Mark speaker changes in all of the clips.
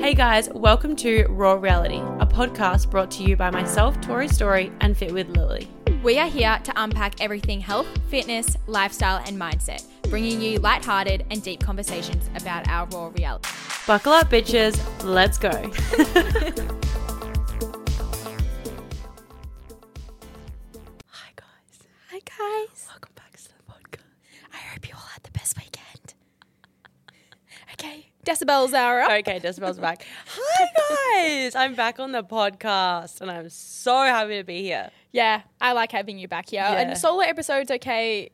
Speaker 1: Hey guys, welcome to Raw Reality, a podcast brought to you by myself, Tori Story, and Fit with Lily.
Speaker 2: We are here to unpack everything health, fitness, lifestyle, and mindset, bringing you lighthearted and deep conversations about our raw reality.
Speaker 1: Buckle up, bitches. Let's go. Hi guys,
Speaker 2: Hi, guys.
Speaker 1: welcome back to the podcast.
Speaker 2: I hope you all had the best weekend. okay, decibels are up.
Speaker 1: Okay, Decibel's back. Hi guys, I'm back on the podcast, and I'm so happy to be here.
Speaker 2: Yeah, I like having you back here.
Speaker 1: Yeah.
Speaker 2: And solo episodes, okay.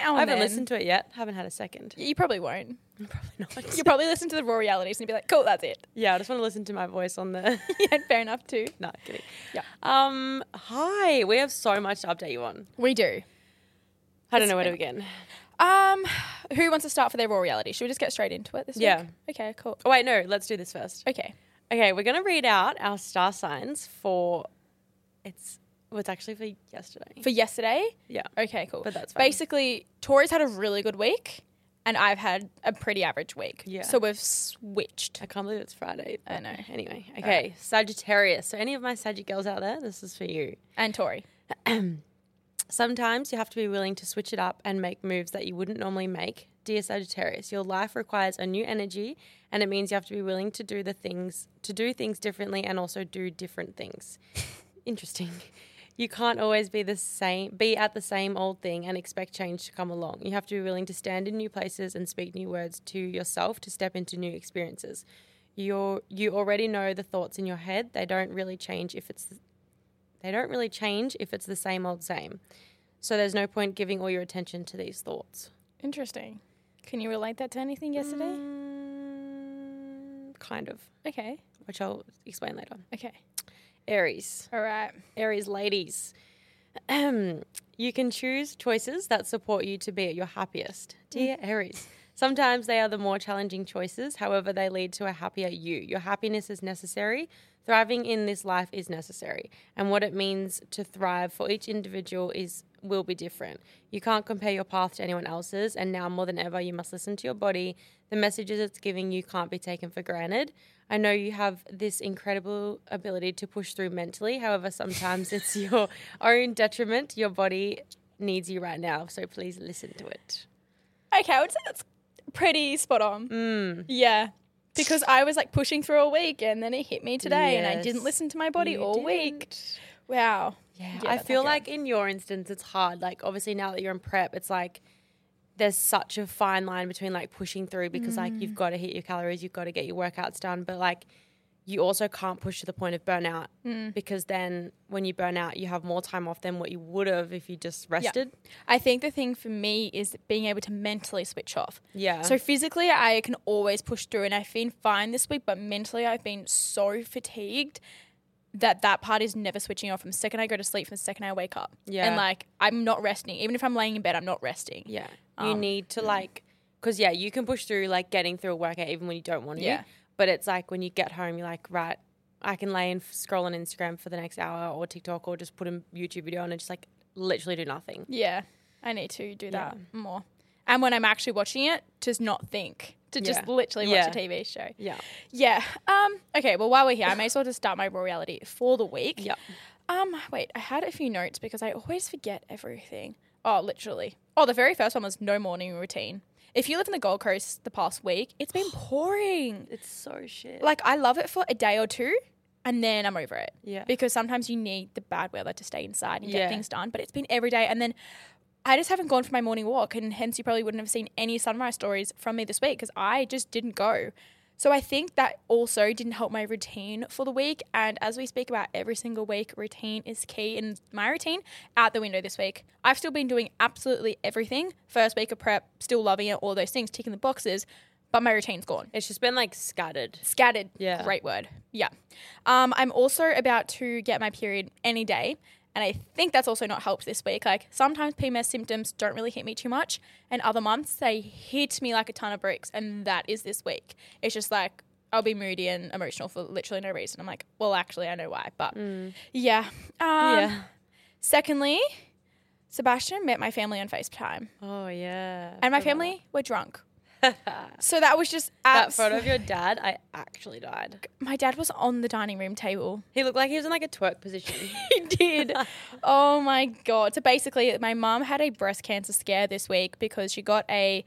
Speaker 2: Now and
Speaker 1: I haven't
Speaker 2: then.
Speaker 1: listened to it yet. Haven't had a second.
Speaker 2: You probably won't.
Speaker 1: Probably not.
Speaker 2: You'll probably listen to the raw realities and be like, cool, that's it.
Speaker 1: yeah, I just want to listen to my voice on the.
Speaker 2: yeah, fair enough, too.
Speaker 1: no, kidding.
Speaker 2: Yeah.
Speaker 1: Um. Hi. We have so much to update you on.
Speaker 2: We do.
Speaker 1: I don't know where to begin.
Speaker 2: Um, who wants to start for their raw reality? Should we just get straight into it this
Speaker 1: Yeah.
Speaker 2: week? Okay, cool.
Speaker 1: Oh, wait, no, let's do this first.
Speaker 2: Okay.
Speaker 1: Okay, we're going to read out our star signs for it's well, it's actually for yesterday.
Speaker 2: For yesterday?
Speaker 1: yeah.
Speaker 2: Okay, cool.
Speaker 1: But that's fine.
Speaker 2: basically Tori's had a really good week, and I've had a pretty average week.
Speaker 1: Yeah.
Speaker 2: So we've switched.
Speaker 1: I can't believe it's Friday.
Speaker 2: I know.
Speaker 1: Anyway, okay, Sagittarius. So any of my Sagittarius girls out there, this is for you.
Speaker 2: And Tori.
Speaker 1: Sometimes you have to be willing to switch it up and make moves that you wouldn't normally make. Dear Sagittarius, your life requires a new energy and it means you have to be willing to do the things to do things differently and also do different things. Interesting. You can't always be the same be at the same old thing and expect change to come along. You have to be willing to stand in new places and speak new words to yourself to step into new experiences. You you already know the thoughts in your head. They don't really change if it's they don't really change if it's the same old same. So there's no point giving all your attention to these thoughts.
Speaker 2: Interesting. Can you relate that to anything yesterday?
Speaker 1: Mm, kind of,
Speaker 2: Okay.
Speaker 1: which I'll explain later.
Speaker 2: Okay.
Speaker 1: Aries,
Speaker 2: All right.
Speaker 1: Aries ladies. you can choose choices that support you to be at your happiest. Dear Aries, sometimes they are the more challenging choices, however, they lead to a happier you. Your happiness is necessary. Thriving in this life is necessary, and what it means to thrive for each individual is will be different. You can't compare your path to anyone else's, and now more than ever, you must listen to your body. The messages it's giving you can't be taken for granted. I know you have this incredible ability to push through mentally. However, sometimes it's your own detriment. Your body needs you right now, so please listen to it.
Speaker 2: Okay, I would say that's pretty spot on.
Speaker 1: Hmm.
Speaker 2: Yeah. Because I was like pushing through all week and then it hit me today and I didn't
Speaker 1: Yes.
Speaker 2: listen to my body
Speaker 1: You
Speaker 2: all week.
Speaker 1: didn't.
Speaker 2: Wow.
Speaker 1: Yeah,
Speaker 2: Yeah,
Speaker 1: I
Speaker 2: that's
Speaker 1: feel
Speaker 2: accurate.
Speaker 1: like in your instance, it's hard. Like, obviously, now that you're in prep, it's like there's such a fine line between like pushing through because like you've got to hit your calories, you've got to get your workouts done, but like you also can't push to the point of burnout because then when you burn out, you have more time off than what you would have if you just rested.
Speaker 2: I think the thing for me is being able to mentally switch off.
Speaker 1: Yeah.
Speaker 2: So physically, I can always push through, and I've been fine this week. But mentally, I've been so fatigued that that part is never switching off. From the second I go to sleep, from the second I wake up,
Speaker 1: Yeah.
Speaker 2: and like I'm not resting. Even if I'm laying in bed, I'm not resting.
Speaker 1: Yeah. you need to like, because yeah, you can push through like getting through a workout even when you don't want to.
Speaker 2: Yeah.
Speaker 1: But it's like when you get home, you're like, right, I can lay and f- scroll on Instagram for the next hour or TikTok or just put a YouTube video on and just like literally do nothing.
Speaker 2: Yeah, I need to do that more. And when I'm actually watching it, just not think. To just
Speaker 1: Yeah.
Speaker 2: literally
Speaker 1: Yeah.
Speaker 2: watch a TV show.
Speaker 1: Yeah.
Speaker 2: Yeah. Um, okay, well, while we're here, I may as well just start my raw reality for the week.
Speaker 1: Yeah.
Speaker 2: Um, wait, I had a few notes because I always forget everything. Oh, literally. Oh, the very first one was no morning routine. If you live in the Gold Coast the past week, it's been pouring.
Speaker 1: It's so shit.
Speaker 2: Like, I love it for a day or two and then I'm over it.
Speaker 1: Yeah.
Speaker 2: Because sometimes you need the bad weather to stay inside and
Speaker 1: Yeah.
Speaker 2: get things done, but it's been every day. And then I just haven't gone for my morning walk, and hence you probably wouldn't have seen any sunrise stories from me this week because I just didn't go. So I think that also didn't help my routine for the week. And as we speak about every single week, routine is key. And my routine out the window this week. I've still been doing absolutely everything. First week of prep, still loving it, all those things, ticking the boxes, but my routine's gone
Speaker 1: it's just been like scattered.
Speaker 2: scattered.
Speaker 1: Yeah.
Speaker 2: Great word. Yeah. Um, I'm also about to get my period any day. And I think that's also not helped this week. Like sometimes PMS symptoms don't really hit me too much, and other months they hit me like a ton of bricks. And that is this week. It's just like I'll be moody and emotional for literally no reason. I'm like, well, actually, I know why, but yeah. Um,
Speaker 1: Mm. yeah.
Speaker 2: Secondly, Sebastian met my family on FaceTime,
Speaker 1: Oh yeah.
Speaker 2: and my family were drunk. So that was just
Speaker 1: that
Speaker 2: abs-
Speaker 1: photo of your dad, I actually died.
Speaker 2: My dad was on the dining room table.
Speaker 1: He looked like he was in like a twerk position.
Speaker 2: He did. oh my god. So basically my mom had a breast cancer scare this week because she got a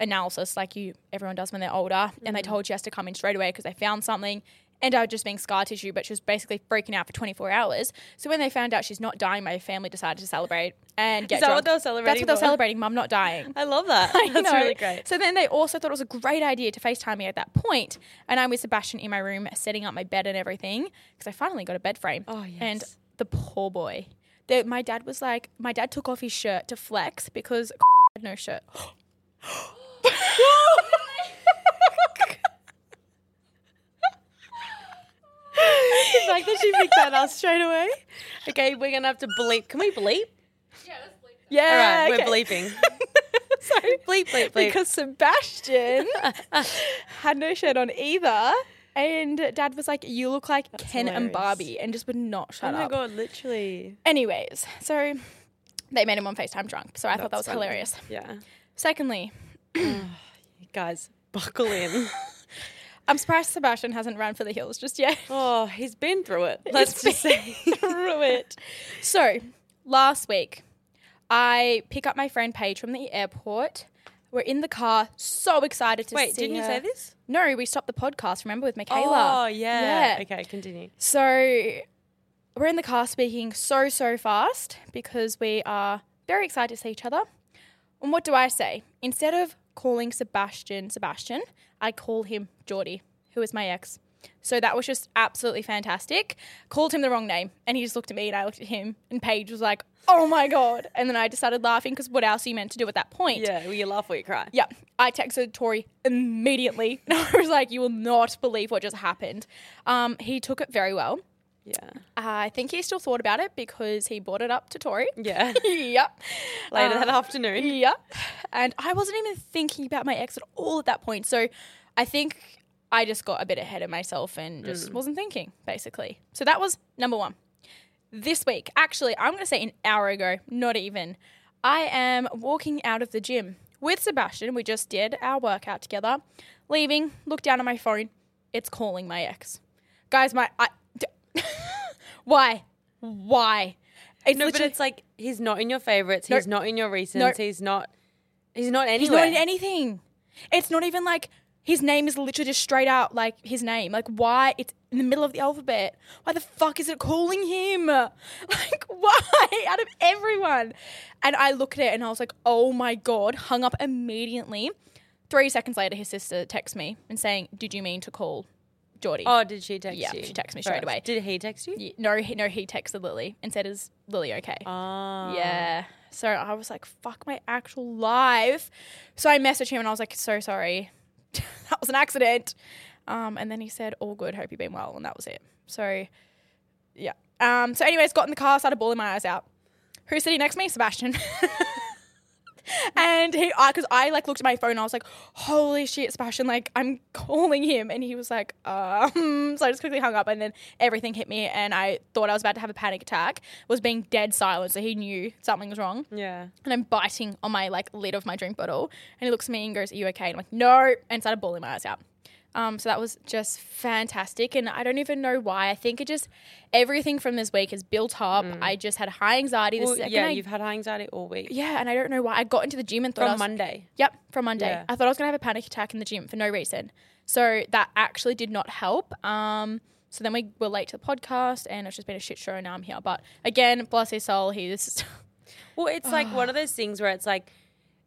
Speaker 2: analysis like you everyone does when they're older and
Speaker 1: Mm.
Speaker 2: they told she has to come in straight away because they found something and I was just being scar tissue, but she was basically freaking out for 24 hours. So when they found out she's not dying, my family decided to celebrate and get
Speaker 1: that what
Speaker 2: drunk.
Speaker 1: they were
Speaker 2: That's
Speaker 1: celebrating
Speaker 2: what they were
Speaker 1: for?
Speaker 2: celebrating, mum not dying.
Speaker 1: I love that.
Speaker 2: I
Speaker 1: That's
Speaker 2: know.
Speaker 1: really great.
Speaker 2: So then they also thought it was a great idea to FaceTime me at that point. And I'm with Sebastian in my room setting up my bed and everything because I finally got a bed frame.
Speaker 1: Oh,
Speaker 2: And
Speaker 1: yes.
Speaker 2: the poor boy. The, my dad was like, my dad took off his shirt to flex because had no shirt.
Speaker 1: The fact that she picked that up straight away. Okay, we're gonna have to bleep. Can we bleep? All
Speaker 2: yeah,
Speaker 1: right,
Speaker 2: okay.
Speaker 1: we're bleeping.
Speaker 2: Sorry.
Speaker 1: Bleep, bleep, bleep.
Speaker 2: Because Sebastian had no shirt on either. And dad was like, You look like Ken and
Speaker 1: hilarious.
Speaker 2: Barbie, and just would not
Speaker 1: oh
Speaker 2: shut
Speaker 1: my
Speaker 2: up.
Speaker 1: god, literally.
Speaker 2: Anyways, so they made him on FaceTime drunk. So I thought that was
Speaker 1: That's funny.
Speaker 2: hilarious.
Speaker 1: Yeah,
Speaker 2: Secondly,
Speaker 1: guys, buckle in.
Speaker 2: I'm surprised Sebastian hasn't ran for the hills just yet.
Speaker 1: Oh, he's been through it. Let's
Speaker 2: He's
Speaker 1: just
Speaker 2: been
Speaker 1: say.
Speaker 2: through it. So last week, I pick up my friend Paige from the airport. We're in the car, so excited to
Speaker 1: Wait,
Speaker 2: see
Speaker 1: didn't you
Speaker 2: her.
Speaker 1: say uh, this?
Speaker 2: No, we stopped the podcast, remember, with
Speaker 1: Oh
Speaker 2: Michaela.
Speaker 1: yeah.
Speaker 2: Yeah.
Speaker 1: Okay, continue.
Speaker 2: So we're in the car speaking so, so fast because we are very excited to see each other. And what do I say? Instead of calling Sebastian Sebastian, I call him Geordie, who is my ex. So that was just absolutely fantastic. Called him the wrong name, and he just looked at me, and I looked at him, and Paige was like, "Oh my god!" And then I just started laughing because what else are you meant to do at that point?
Speaker 1: Yeah, well, you laugh or you cry.
Speaker 2: Yeah, I texted Tori immediately, and I was like, "You will not believe what just happened." Um, he took it very well.
Speaker 1: Yeah,
Speaker 2: Uh, I think he still thought about it because he brought it up to Tori.
Speaker 1: yeah.
Speaker 2: yep.
Speaker 1: Later
Speaker 2: Uh,
Speaker 1: that afternoon.
Speaker 2: Yep. And I wasn't even thinking about my ex at all at that point. So I think I just got a bit ahead of myself and
Speaker 1: Mm.
Speaker 2: just wasn't thinking, basically. So that was number one. This week, actually, I'm going to say an hour ago, not even, I am walking out of the gym with Sebastian. We just did our workout together. Leaving, look down at my phone. It's calling my ex. Guys, my. I, d- why? Why? It's
Speaker 1: No, but
Speaker 2: literally-
Speaker 1: it's like he's not in your favorites.
Speaker 2: Nope.
Speaker 1: He's not in your recents. He's not. He's not
Speaker 2: He's
Speaker 1: anywhere.
Speaker 2: not in anything. It's not even like his name is literally just straight out like his name. Like why it's in the middle of the alphabet. Why the fuck is it calling him? Like why out of everyone? And I look at it and I was like, "Oh my god!" Hung up immediately. Three seconds later, his sister texts me and saying, "Did you mean to call Geordie?"
Speaker 1: oh, did she text
Speaker 2: Yeah,
Speaker 1: you?
Speaker 2: she texted me straight
Speaker 1: First.
Speaker 2: away.
Speaker 1: Did he text you?
Speaker 2: Y- No, he, no, he texted Lily and said, "Is Lily okay?"
Speaker 1: Ah.
Speaker 2: Yeah. So I was like, fuck my actual life. So I messaged him and I was like, so sorry. that was an accident. Um, and then he said, all good. Hope you've been well. And that was it. So, yeah. Um, so, anyways, got in the car, started bawling my eyes out. Who's sitting next to me? Sebastian. and he, because I like looked at my phone and I was like, holy shit, Sebastian, like I'm calling him. And he was like, um, so I just quickly hung up and then everything hit me and I thought I was about to have a panic attack, was being dead silent. So he knew something was wrong.
Speaker 1: Yeah.
Speaker 2: And I'm biting on my like lid of my drink bottle. And he looks at me and goes, Are you okay? And I'm like, No. And started bawling my eyes out. Um, so that was just fantastic. And I don't even know why. I think it just, everything from this week has built up. I just had high anxiety. The
Speaker 1: Mm. Well,
Speaker 2: second
Speaker 1: yeah,
Speaker 2: I-
Speaker 1: you've had high anxiety all week.
Speaker 2: yeah, and I don't know why. I got into the gym and thought I
Speaker 1: From
Speaker 2: was-
Speaker 1: Monday.
Speaker 2: Yep, from Monday.
Speaker 1: Yeah.
Speaker 2: I thought I was gonna have a panic attack in the gym for no reason. So that actually did not help. Um, so then we were late to the podcast, and it's just been a shit show. And now I'm here, but again, bless his soul, he's
Speaker 1: Well, it's like one of
Speaker 2: Ah.
Speaker 1: those things where it's like,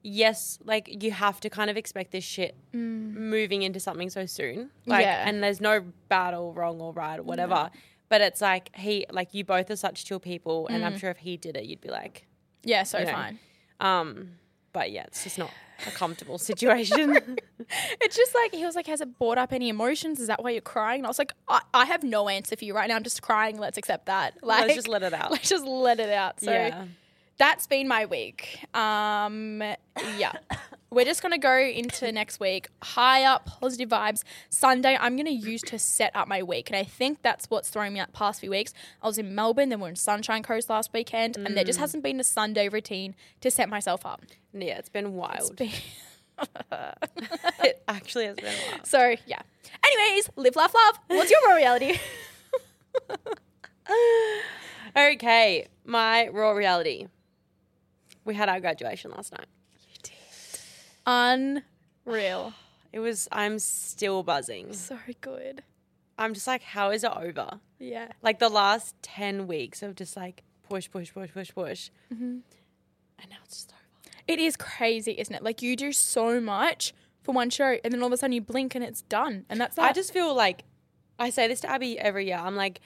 Speaker 1: yes, like you have to kind of expect this shit moving into something so soon. Like,
Speaker 2: Mm. Yeah.
Speaker 1: and there's no bad or wrong or right or whatever. But it's like he, like you both are such chill people, and
Speaker 2: Mm.
Speaker 1: I'm sure if he did it, you'd be like,
Speaker 2: yeah, so
Speaker 1: know.
Speaker 2: fine.
Speaker 1: um. But yeah, it's just not a comfortable situation.
Speaker 2: It's just like he was like, has it brought up any emotions? Is that why you're crying? And I was like, I, I have no answer for you right now. I'm just crying. Let's accept that. Like,
Speaker 1: Let's just let it out.
Speaker 2: let's just let it out. So
Speaker 1: yeah.
Speaker 2: that's been my week. Um, yeah. We're just going to go into next week. High up, positive vibes. Sunday, I'm going to use to set up my week. And I think that's what's throwing me out the past few weeks. I was in Melbourne, then we are in Sunshine Coast last
Speaker 1: Mm.
Speaker 2: weekend. And there just hasn't been a Sunday routine to set myself up.
Speaker 1: Yeah, it's been wild.
Speaker 2: It's been-
Speaker 1: it actually has been a while.
Speaker 2: so yeah. Anyways, live, laugh, love. What's your raw reality?
Speaker 1: Okay, my raw reality. We had our graduation last night.
Speaker 2: Unreal.
Speaker 1: It was, I'm still buzzing.
Speaker 2: So good.
Speaker 1: I'm just like, how is it over?
Speaker 2: Yeah.
Speaker 1: Like the last 10 weeks of just like push, push, push, push, push. And now it's just over.
Speaker 2: It is crazy, isn't it? Like you do so much for one show, and then all of a sudden you blink and it's done, and that's that.
Speaker 1: I just feel like, I say this to Abby every year. I'm like,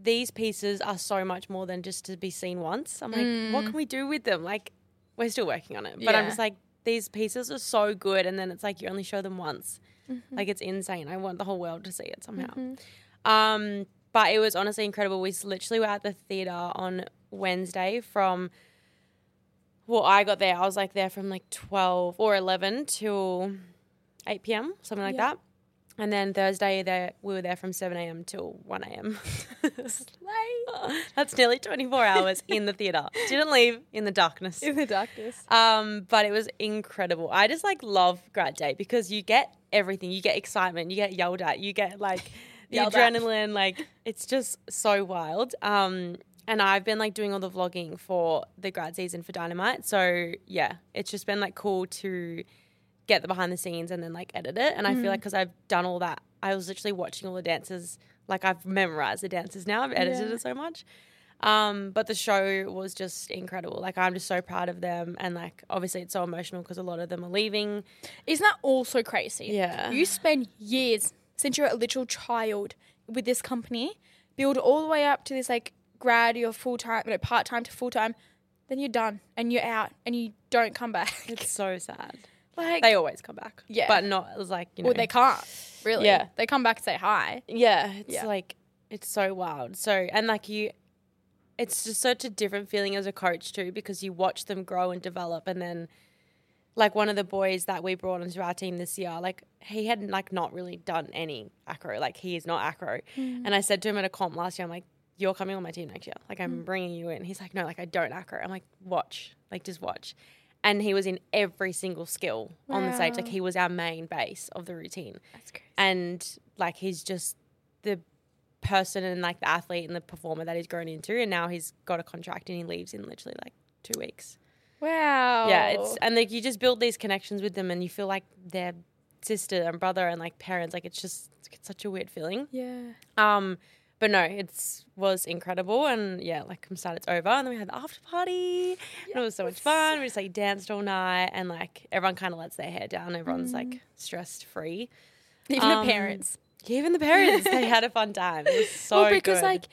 Speaker 1: these pieces are so much more than just to be seen once. I'm like, what can we do with them? Like, we're still working on it. But I'm
Speaker 2: Mm. Yeah.
Speaker 1: just like, these pieces are so good. And then it's like, you only show them once.
Speaker 2: Mm-hmm.
Speaker 1: Like, it's insane. I want the whole world to see it somehow. Um, but it was honestly incredible. We s- literally were at the theater on Wednesday from. Well, I got there. I was like there from like twelve or eleven till eight p.m. something like
Speaker 2: Yeah.
Speaker 1: that. And then Thursday, there we were there from seven a.m. till one a.m.
Speaker 2: like
Speaker 1: That's nearly twenty-four hours in the theater. Didn't leave in the darkness.
Speaker 2: in the darkness.
Speaker 1: Um, but it was incredible. I just like love grad day because you get everything. You get excitement. You get yelled at. You get like the
Speaker 2: Yelled at.
Speaker 1: adrenaline. Like it's just so wild. Um, and I've been like doing all the vlogging for the grad season for Dynamite. So yeah, it's just been like cool to get the behind the scenes and then like edit it. And I
Speaker 2: Mm-hmm.
Speaker 1: feel like because I've done all that, I was literally watching all the dances. Like I've memorized the dances now. I've edited
Speaker 2: Yeah.
Speaker 1: it so much. Um, but the show was just incredible. Like I'm just so proud of them, and like obviously it's so emotional because a lot of them are leaving.
Speaker 2: Isn't that also crazy?
Speaker 1: Yeah.
Speaker 2: You spend years since you're a little child with this company, build all the way up to this like grad, you're full time, no, part time to full time, then you're done and you're out and you don't come back.
Speaker 1: It's so sad.
Speaker 2: like,
Speaker 1: They always come back,
Speaker 2: Yeah.
Speaker 1: but not as like you know.
Speaker 2: well, they can't really.
Speaker 1: Yeah.
Speaker 2: They come back and say hi.
Speaker 1: yeah, it's
Speaker 2: Yeah.
Speaker 1: like it's so wild. So and like you, it's just such a different feeling as a coach too because you watch them grow and develop, and then like one of the boys that we brought onto our team this year, like he had like not really done any acro. Like he is not acro.
Speaker 2: Mm.
Speaker 1: And I said to him at a comp last year, I'm like, you're coming on my team next year. Like I'm
Speaker 2: Mm.
Speaker 1: bringing you in. He's like, no, like I don't acro. I'm like, watch, like just watch. And he was in every single skill on the stage. Like
Speaker 2: Wow.
Speaker 1: he was our main base of the routine.
Speaker 2: That's crazy.
Speaker 1: And like he's just the person and like the athlete and the performer that he's grown into. And now he's got a contract and he leaves in literally like two weeks.
Speaker 2: Wow.
Speaker 1: Yeah, it's and like you just build these connections with them, and you feel like they're sister and brother and like parents. Like it's just it's such a weird feeling.
Speaker 2: yeah.
Speaker 1: Um, but no, it's was incredible, and yeah, like I'm sad it's over, and then we had the after party, and it was so much fun. We just like danced all night, and like everyone kind of lets their hair down. Everyone's like stress free.
Speaker 2: Even the
Speaker 1: Um,
Speaker 2: parents.
Speaker 1: Even the parents, they had a fun time. It was so
Speaker 2: well, because
Speaker 1: good.
Speaker 2: like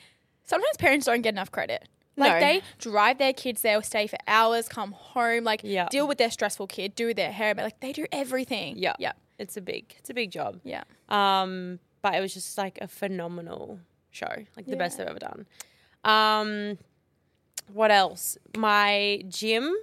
Speaker 2: sometimes parents don't get enough credit. Like
Speaker 1: No.
Speaker 2: they drive their kids there, stay for hours, come home, like
Speaker 1: Yeah.
Speaker 2: deal with their stressful kid, do their hair, but like they do everything.
Speaker 1: yeah,
Speaker 2: yeah,
Speaker 1: yeah, it's a big it's a big job.
Speaker 2: yeah.
Speaker 1: Um, but it was just like a phenomenal show, like the best
Speaker 2: Yeah.
Speaker 1: they've ever done. Um, what else? My gym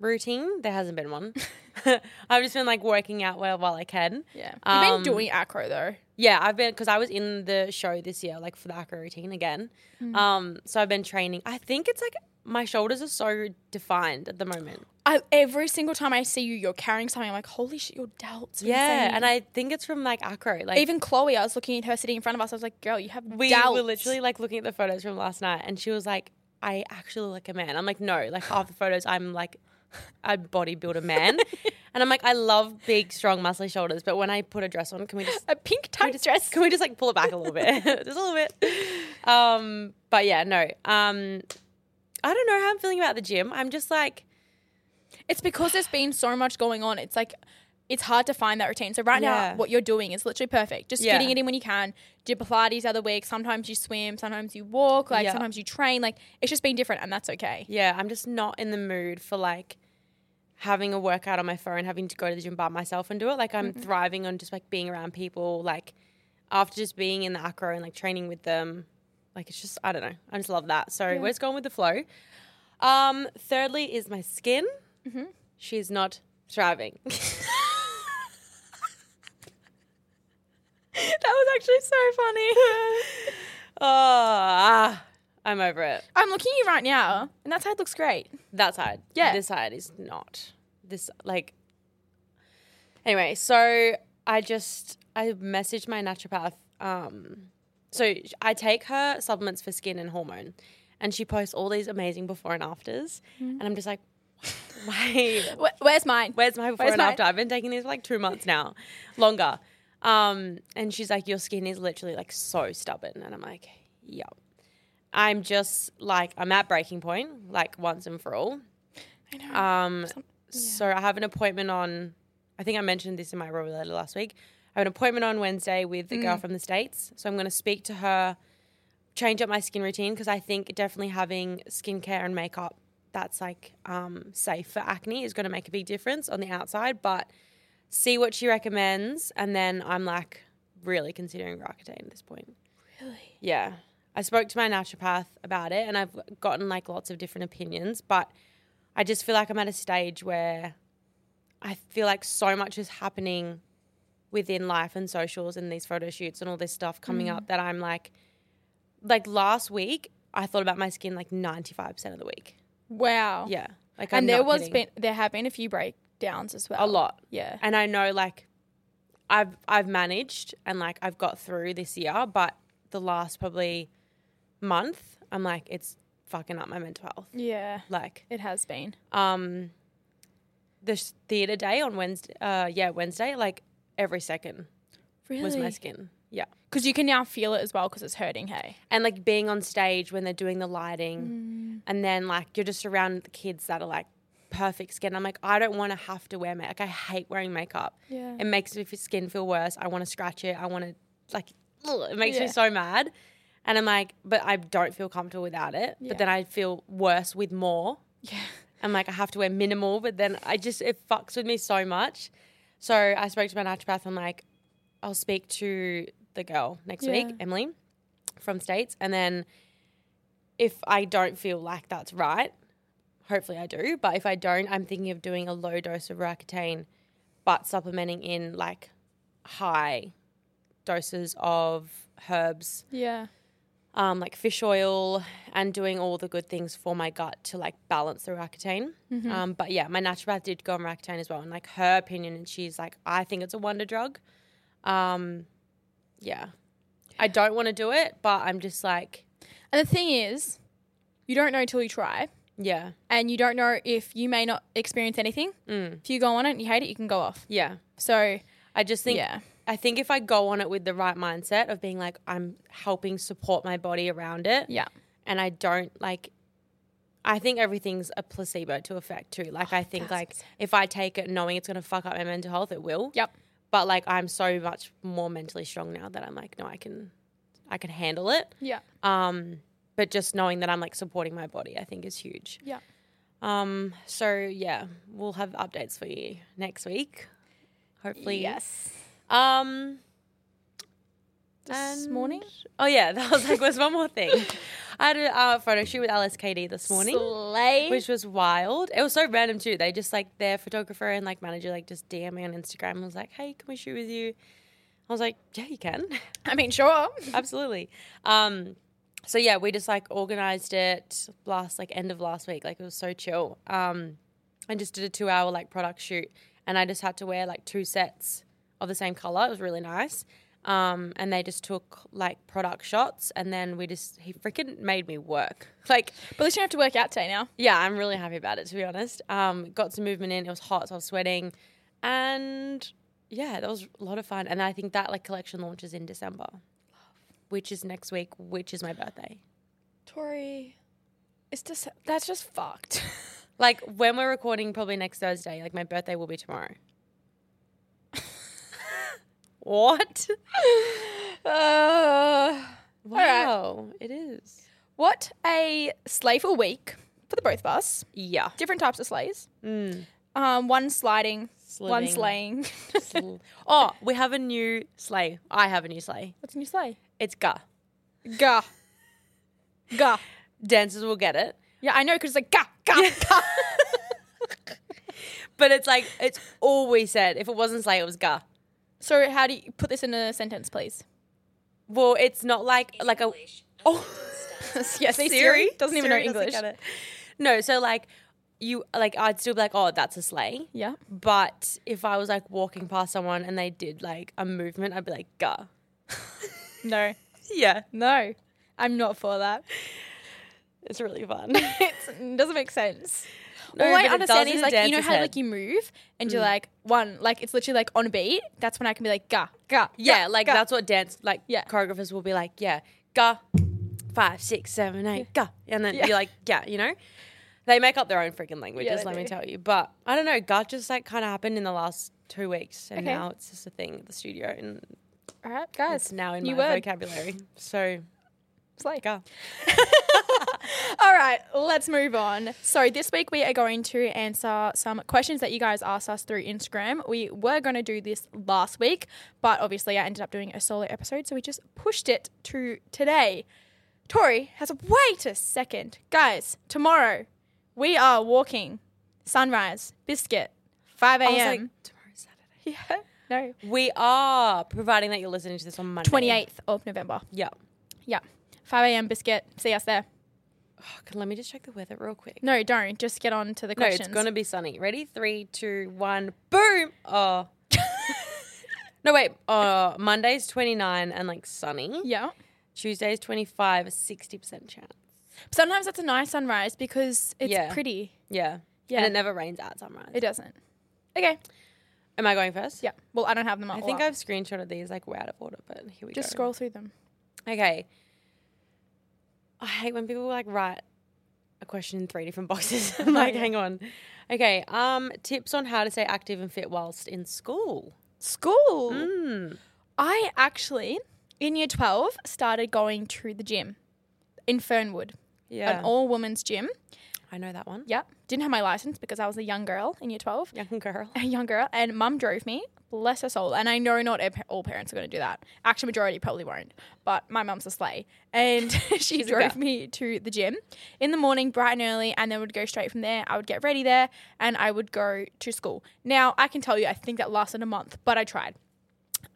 Speaker 1: routine. There hasn't been one. I've just been like working out while while I can.
Speaker 2: Yeah. You've
Speaker 1: Um,
Speaker 2: been doing acro though.
Speaker 1: Yeah, I've been because I was in the show this year, like for the acro routine again.
Speaker 2: Mm.
Speaker 1: Um, so I've been training. I think it's like my shoulders are so defined at the moment.
Speaker 2: I, every single time I see you, you're carrying something. I'm like, holy shit, your delts. Are
Speaker 1: Yeah,
Speaker 2: insane.
Speaker 1: and I think it's from like acro. Like
Speaker 2: even Chloe, I was looking at her sitting in front of us. I was like, girl, you have
Speaker 1: we
Speaker 2: delts.
Speaker 1: were literally like looking at the photos from last night and she was like i actually look like a man i'm like no like half the photos i'm like a bodybuilder man and i'm like i love big strong muscly shoulders but when i put a dress on can we just
Speaker 2: a pink tight dress.
Speaker 1: can we just like pull it back a little bit just a little bit um but yeah no um i don't know how i'm feeling about the gym i'm just like
Speaker 2: It's because there's been so much going on. It's like it's hard to find that routine. So right
Speaker 1: Yeah.
Speaker 2: now, what you're doing is literally perfect. Just
Speaker 1: Yeah.
Speaker 2: fitting it in when you can. Do Pilates other week. Sometimes you swim. Sometimes you walk. Like
Speaker 1: Yeah.
Speaker 2: sometimes you train. Like it's just been different, and that's okay.
Speaker 1: yeah i'm just not in the mood for like having a workout on my phone having to go to the gym by myself and do it like i'm thriving on just like being around people like after just being in the acro and like training with them like it's just i don't know i just love that so we're just going with the flow um thirdly is my skin she's not thriving
Speaker 2: that was actually so funny.
Speaker 1: oh ah, i'm over it
Speaker 2: I'm looking at you right now, and that side looks great.
Speaker 1: that side
Speaker 2: Yeah.
Speaker 1: this side is not this like Anyway, so I just I messaged my naturopath. Um, so I take her supplements for skin and hormone, and she posts all these amazing before and afters, and I'm just like, why?
Speaker 2: Wh- where's mine?
Speaker 1: Where's my before
Speaker 2: Where's
Speaker 1: and
Speaker 2: mine?
Speaker 1: after? I've been taking these for like two months now, longer. Um, and she's like, your skin is literally like so stubborn, and I'm like, yeah. I'm just like I'm at breaking point, like once and for all.
Speaker 2: I know.
Speaker 1: Um,
Speaker 2: Some-
Speaker 1: so I have an appointment on. I think I mentioned this in my raw letter last week. I have an appointment on Wednesday with a girl
Speaker 2: Mm.
Speaker 1: from the states, so I'm going to speak to her, change up my skin routine because I think definitely having skincare and makeup that's like um, safe for acne is going to make a big difference on the outside. But see what she recommends, and then I'm like really considering Roaccutane at this point.
Speaker 2: really?
Speaker 1: Yeah. I spoke to my naturopath about it and I've gotten like lots of different opinions, but I just feel like I'm at a stage where I feel like so much is happening within life and socials and these photo shoots and all this stuff coming
Speaker 2: Mm.
Speaker 1: up that I'm like like last week I thought about my skin like 95% of the week.
Speaker 2: Wow.
Speaker 1: Yeah. Like I'm
Speaker 2: and there
Speaker 1: not
Speaker 2: was
Speaker 1: kidding.
Speaker 2: been there have been a few breakdowns as well.
Speaker 1: a lot.
Speaker 2: Yeah.
Speaker 1: and I know like I've I've managed and like I've got through this year, but the last probably month, I'm like it's fucking up my mental health.
Speaker 2: Yeah.
Speaker 1: Like
Speaker 2: It has been.
Speaker 1: um the s- theater day on Wednesday, uh yeah, Wednesday, like every second
Speaker 2: Really?
Speaker 1: was my skin. Yeah.
Speaker 2: Because you can now feel it as well because it's hurting, hey?
Speaker 1: And like being on stage when they're doing the
Speaker 2: Mm.
Speaker 1: lighting and then like you're just around the kids that are like perfect skin. I'm like I don't want to have to wear makeup. Like I hate wearing makeup.
Speaker 2: Yeah.
Speaker 1: It makes my skin feel worse. I want to scratch it. I want to like. ugh, it makes me
Speaker 2: Yeah.
Speaker 1: so mad, and I'm like, but I don't feel comfortable without it.
Speaker 2: Yeah.
Speaker 1: But then I feel worse with more.
Speaker 2: Yeah.
Speaker 1: I'm like, I have to wear minimal, but then I just it fucks with me so much. So I spoke to my naturopath. I'm like, I'll speak to the girl next
Speaker 2: Yeah.
Speaker 1: week, Emily, from States, and then if I don't feel like that's right, hopefully I do. But if I don't, I'm thinking of doing a low dose of Roaccutane, but supplementing in like high doses of herbs,
Speaker 2: Yeah.
Speaker 1: um, like fish oil, and doing all the good things for my gut to like balance the Roaccutane. Um, but yeah, my naturopath did go on Roaccutane as well, and like her opinion, and she's like, I think it's a wonder drug. Um, yeah, I don't want to do it, but I'm just like,
Speaker 2: And the thing is, you don't know till you try.
Speaker 1: yeah,
Speaker 2: And you don't know if you may not experience anything.
Speaker 1: Mm.
Speaker 2: If you go on it and you hate it, you can go off.
Speaker 1: yeah.
Speaker 2: So,
Speaker 1: I just think
Speaker 2: yeah.
Speaker 1: I think if I go on it with the right mindset of being like, I'm helping support my body around it,
Speaker 2: Yeah.
Speaker 1: and I don't like, I think everything's a placebo to effect too.
Speaker 2: Oh,
Speaker 1: Like, I think like if I take it knowing it's gonna fuck up my mental health, it will.
Speaker 2: Yep.
Speaker 1: But like, I'm so much more mentally strong now that I'm like, no, I can, I can handle it.
Speaker 2: Yeah.
Speaker 1: Um, but just knowing that I'm like supporting my body, I think is huge.
Speaker 2: Yeah.
Speaker 1: Um. So yeah, we'll have updates for you next week. Hopefully.
Speaker 2: Yes.
Speaker 1: Um.
Speaker 2: This
Speaker 1: And-
Speaker 2: morning?
Speaker 1: Oh yeah, that was like was one more thing. I had a uh, photo shoot with LSKD this morning,
Speaker 2: Slay.
Speaker 1: which was wild. It was so random too. They just like their photographer and like manager like just DM me on Instagram and was like, "Hey, can we shoot with you?" I was like, "Yeah, you can,
Speaker 2: I mean, sure.
Speaker 1: absolutely." Um, so yeah, we just like organized it last like end of last week. Like it was so chill. Um, I just did a two hour like product shoot, and I just had to wear like two sets of the same color. It was really nice. Um, and they just took like product shots, and then we just he freaking made me work. Like,
Speaker 2: But at least you don't have to work out today now.
Speaker 1: yeah, I'm really happy about it to be honest. Um, got some movement in. It was hot, so I was sweating, and yeah, that was a lot of fun. And I think that like collection launches in December, which is next week, which is my birthday.
Speaker 2: Tori, it's just, that's just fucked.
Speaker 1: Like when we're recording, probably next Thursday. Like my birthday will be tomorrow. what?
Speaker 2: uh, right.
Speaker 1: Wow, it is.
Speaker 2: what a slayful week for the both of us.
Speaker 1: Yeah.
Speaker 2: Different types of slays.
Speaker 1: Mm.
Speaker 2: Um, one sliding, one
Speaker 1: Sliving.
Speaker 2: slaying.
Speaker 1: Sl- oh, we have a new sleigh. I have a new sleigh.
Speaker 2: What's a new sleigh?
Speaker 1: It's Gah.
Speaker 2: Gah. Gah.
Speaker 1: Dancers will get it.
Speaker 2: Yeah, I know because it's like gah, gah, gah.
Speaker 1: But it's like it's always said. If it wasn't sleigh, it was Gah.
Speaker 2: So how do you put this in a sentence, please?
Speaker 1: Well, it's not like like a oh
Speaker 2: yes, see, Siri doesn't even know
Speaker 1: Siri doesn't
Speaker 2: English.
Speaker 1: get it. No, so like you like I'd still be like, oh, that's a sleigh.
Speaker 2: Yeah.
Speaker 1: But if I was like walking past someone and they did like a movement, I'd be like, gah.
Speaker 2: No.
Speaker 1: Yeah,
Speaker 2: No. I'm not for that.
Speaker 1: it's really fun.
Speaker 2: It's, it doesn't make sense.
Speaker 1: No,
Speaker 2: All
Speaker 1: but
Speaker 2: I
Speaker 1: it
Speaker 2: understand
Speaker 1: does
Speaker 2: is
Speaker 1: in
Speaker 2: like
Speaker 1: a
Speaker 2: you know
Speaker 1: dancer's
Speaker 2: how
Speaker 1: head.
Speaker 2: like you move and you're like one like it's literally like on a beat. That's when I can be like ga ga
Speaker 1: yeah,
Speaker 2: ga,
Speaker 1: like
Speaker 2: ga.
Speaker 1: that's what dance like
Speaker 2: Yeah.
Speaker 1: choreographers will be like, yeah, gah, five, six, seven, eight, gah, and then
Speaker 2: Yeah.
Speaker 1: you're like, yeah, you know. They make up their own freaking languages,
Speaker 2: they
Speaker 1: let me
Speaker 2: do.
Speaker 1: tell you. But I don't know, gah just like kind of happened in the last two weeks, and
Speaker 2: Okay.
Speaker 1: now it's just a thing at the studio, and
Speaker 2: all right guys.
Speaker 1: it's now in
Speaker 2: new
Speaker 1: my
Speaker 2: word.
Speaker 1: vocabulary. So
Speaker 2: It's like
Speaker 1: gah.
Speaker 2: all right, let's move on. So this week we are going to answer some questions that you guys asked us through Instagram. We were going to do this last week, but obviously I ended up doing a solo episode, so we just pushed it to today. Tori has a wait a second, guys. Tomorrow we are walking sunrise biscuit five
Speaker 1: I was like,
Speaker 2: a.m.
Speaker 1: tomorrow's Saturday.
Speaker 2: yeah, no,
Speaker 1: We are, providing that you're listening to this on Monday.
Speaker 2: twenty eighth of November.
Speaker 1: Yeah.
Speaker 2: Yeah, five a.m. biscuit. See us there.
Speaker 1: Oh, can- let me just check the weather real quick.
Speaker 2: No, don't. Just get on to the
Speaker 1: No,
Speaker 2: questions.
Speaker 1: it's going to be sunny. Ready? Three, two, one. Boom. Oh. no, wait. Uh, Monday's 29 and like sunny.
Speaker 2: yeah.
Speaker 1: Tuesday's 25, 60% chance.
Speaker 2: Sometimes that's a nice sunrise because it's
Speaker 1: Yeah.
Speaker 2: pretty.
Speaker 1: Yeah.
Speaker 2: Yeah.
Speaker 1: And it never rains at sunrise.
Speaker 2: It doesn't. Okay.
Speaker 1: Am I going first?
Speaker 2: Yeah. Well, I don't have them.
Speaker 1: I think I've screenshotted these like way out of order, but here we
Speaker 2: just
Speaker 1: go.
Speaker 2: scroll through them.
Speaker 1: Okay. I hate when people like write a question in three different boxes. I'm like, hang on. Okay. Um, tips on how to stay active and fit whilst in school.
Speaker 2: School.
Speaker 1: Mm.
Speaker 2: Hmm? I actually in year twelve started going to the gym in Fernwood,
Speaker 1: Yeah.
Speaker 2: an all women's gym.
Speaker 1: I know that one.
Speaker 2: Yeah. Didn't have my license because I was a young girl in year twelve.
Speaker 1: Young girl.
Speaker 2: a young girl, and mum drove me. Bless her soul. And I know not ev- all parents are going to do that. Actually, majority probably won't. But my mum's a sleigh, and she
Speaker 1: She's a
Speaker 2: drove
Speaker 1: girl.
Speaker 2: me to the gym in the morning, bright and early, and then would go straight from there. I would get ready there, and I would go to school. Now I can tell you, I think that lasted a month, but I tried.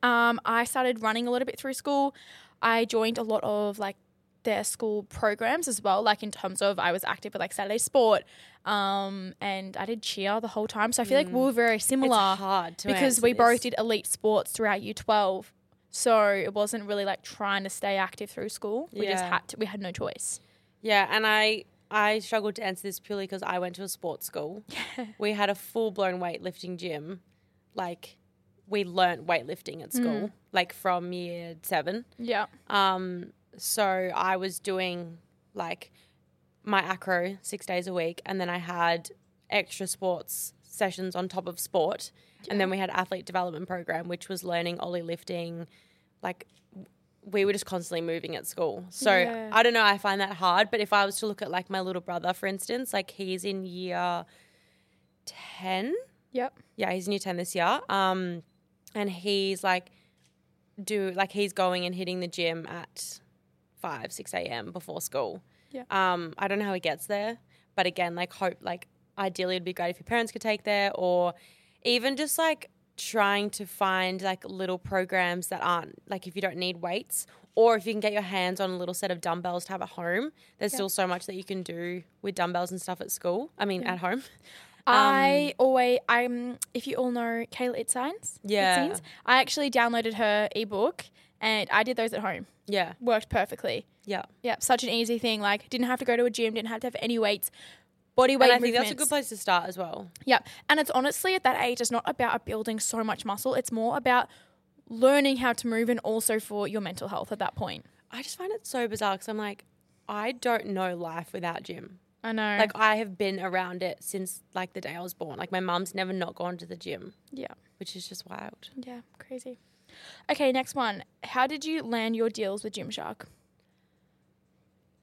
Speaker 2: Um, I started running a little bit through school. I joined a lot of like their school programs as well, like in terms of I was active with like Saturday sport, um, and I did cheer the whole time. So I feel like we were very
Speaker 1: Mm. It's
Speaker 2: similar
Speaker 1: hard to
Speaker 2: because
Speaker 1: answer
Speaker 2: we
Speaker 1: this.
Speaker 2: both did elite sports throughout year twelve. So it wasn't really like trying to stay active through school. We just
Speaker 1: Yeah.
Speaker 2: had to. We had no choice.
Speaker 1: Yeah, and I I struggled to answer this purely because I went to a sports school. we had a full blown weightlifting gym. Like we learnt weightlifting at school, like from year seven.
Speaker 2: Yeah.
Speaker 1: Um, so I was doing like my acro six days a week, and then I had extra sports sessions on top of sport, and then we had athlete development program, which was learning ollie lifting. Like w- we were just constantly moving at school, so
Speaker 2: Yeah.
Speaker 1: I don't know. I find that hard, but if I was to look at like my little brother, for instance, like he's in year ten,
Speaker 2: Yep.
Speaker 1: yeah, he's in year 10 this year. Um, and he's like, do like he's going and hitting the gym at 5, 6 a.m. before school.
Speaker 2: Yeah.
Speaker 1: Um, I don't know how he gets there, but again, like, hope, like, ideally it'd be great if your parents could take there or even just like trying to find like little programs that aren't like if you don't need weights or if you can get your hands on a little set of dumbbells to have at home there's still so much that you can do with dumbbells and stuff at school i mean at home
Speaker 2: I
Speaker 1: Um,
Speaker 2: always I'm if you all know Kayla It Signs. It
Speaker 1: Yeah.
Speaker 2: Signs, I actually downloaded her ebook and I did those at home.
Speaker 1: yeah
Speaker 2: Worked perfectly.
Speaker 1: yeah
Speaker 2: Yeah, such an easy thing. Like didn't have to go to a gym, didn't have to have any weights. Body weight
Speaker 1: and I think that's a good place
Speaker 2: movements.
Speaker 1: to start as well.
Speaker 2: Yep. And it's honestly at that age, it's not about building so much muscle. It's more about learning how to move and also for your mental health at that point.
Speaker 1: I just find it so bizarre because I'm like, I don't know life without gym.
Speaker 2: I know.
Speaker 1: Like I have been around it since like the day I was born. Like my mum's never not gone to the gym,
Speaker 2: yeah.
Speaker 1: which is just wild.
Speaker 2: Yeah. Crazy. Okay, next one. How did you land your deals with Gymshark?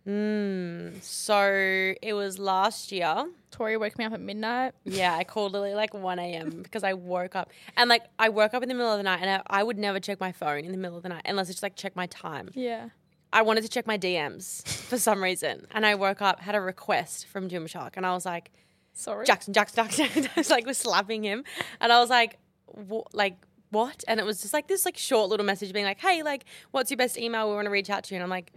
Speaker 1: Mm. So it was last year.
Speaker 2: Tori woke me up at midnight.
Speaker 1: Yeah, I called Lily like 1 a.m. because I woke up and like I woke up in the middle of the night and I, I would never check my phone in the middle of the night unless it's like check my time.
Speaker 2: Yeah.
Speaker 1: I wanted to check my DMs for some reason and I woke up had a request from Gymshark and I was like,
Speaker 2: Sorry.
Speaker 1: Jackson, Jackson, Jackson. I was like, was slapping him, and I was like, wha- like what? And it was just like this like short little message being like, hey, like, what's your best email? We want to reach out to you. And I'm like,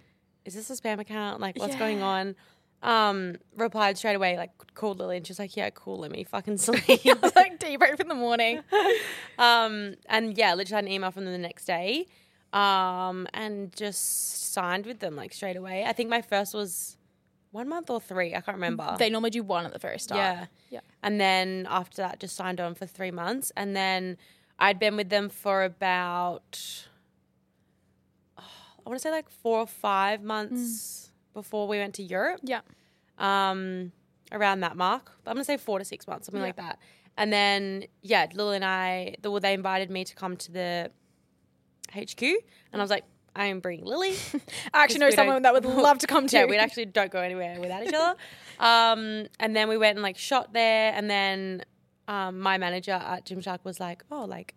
Speaker 1: is this a spam account? Like, what's going
Speaker 2: Yeah.
Speaker 1: on? um, replied straight away, like called Lily, and she's like, "Yeah, cool, let me fucking sleep."
Speaker 2: I was like deep breath in the morning.
Speaker 1: um, and yeah, literally had an email from them the next day, um, and just signed with them like straight away. I think my first was one month or three. I can't remember.
Speaker 2: They normally do one at the very start.
Speaker 1: yeah,
Speaker 2: Ah. Yeah.
Speaker 1: And then after that, just signed on for three months, and then I'd been with them for about oh, I want to say like four or five months
Speaker 2: Mm.
Speaker 1: before we went to Europe
Speaker 2: Yeah.
Speaker 1: um, around that mark. I'm gonna say four to six months, something
Speaker 2: Yeah.
Speaker 1: like that. And then yeah, Lil and I, the, well, they invited me to come to the HQ, and I was like, I am bringing Lily.
Speaker 2: I actually know
Speaker 1: we don't-
Speaker 2: someone that would love to come to.
Speaker 1: yeah, we actually don't go anywhere without each other. Um, and then we went and like shot there, and then um, my manager at Gymshark was like, oh, like.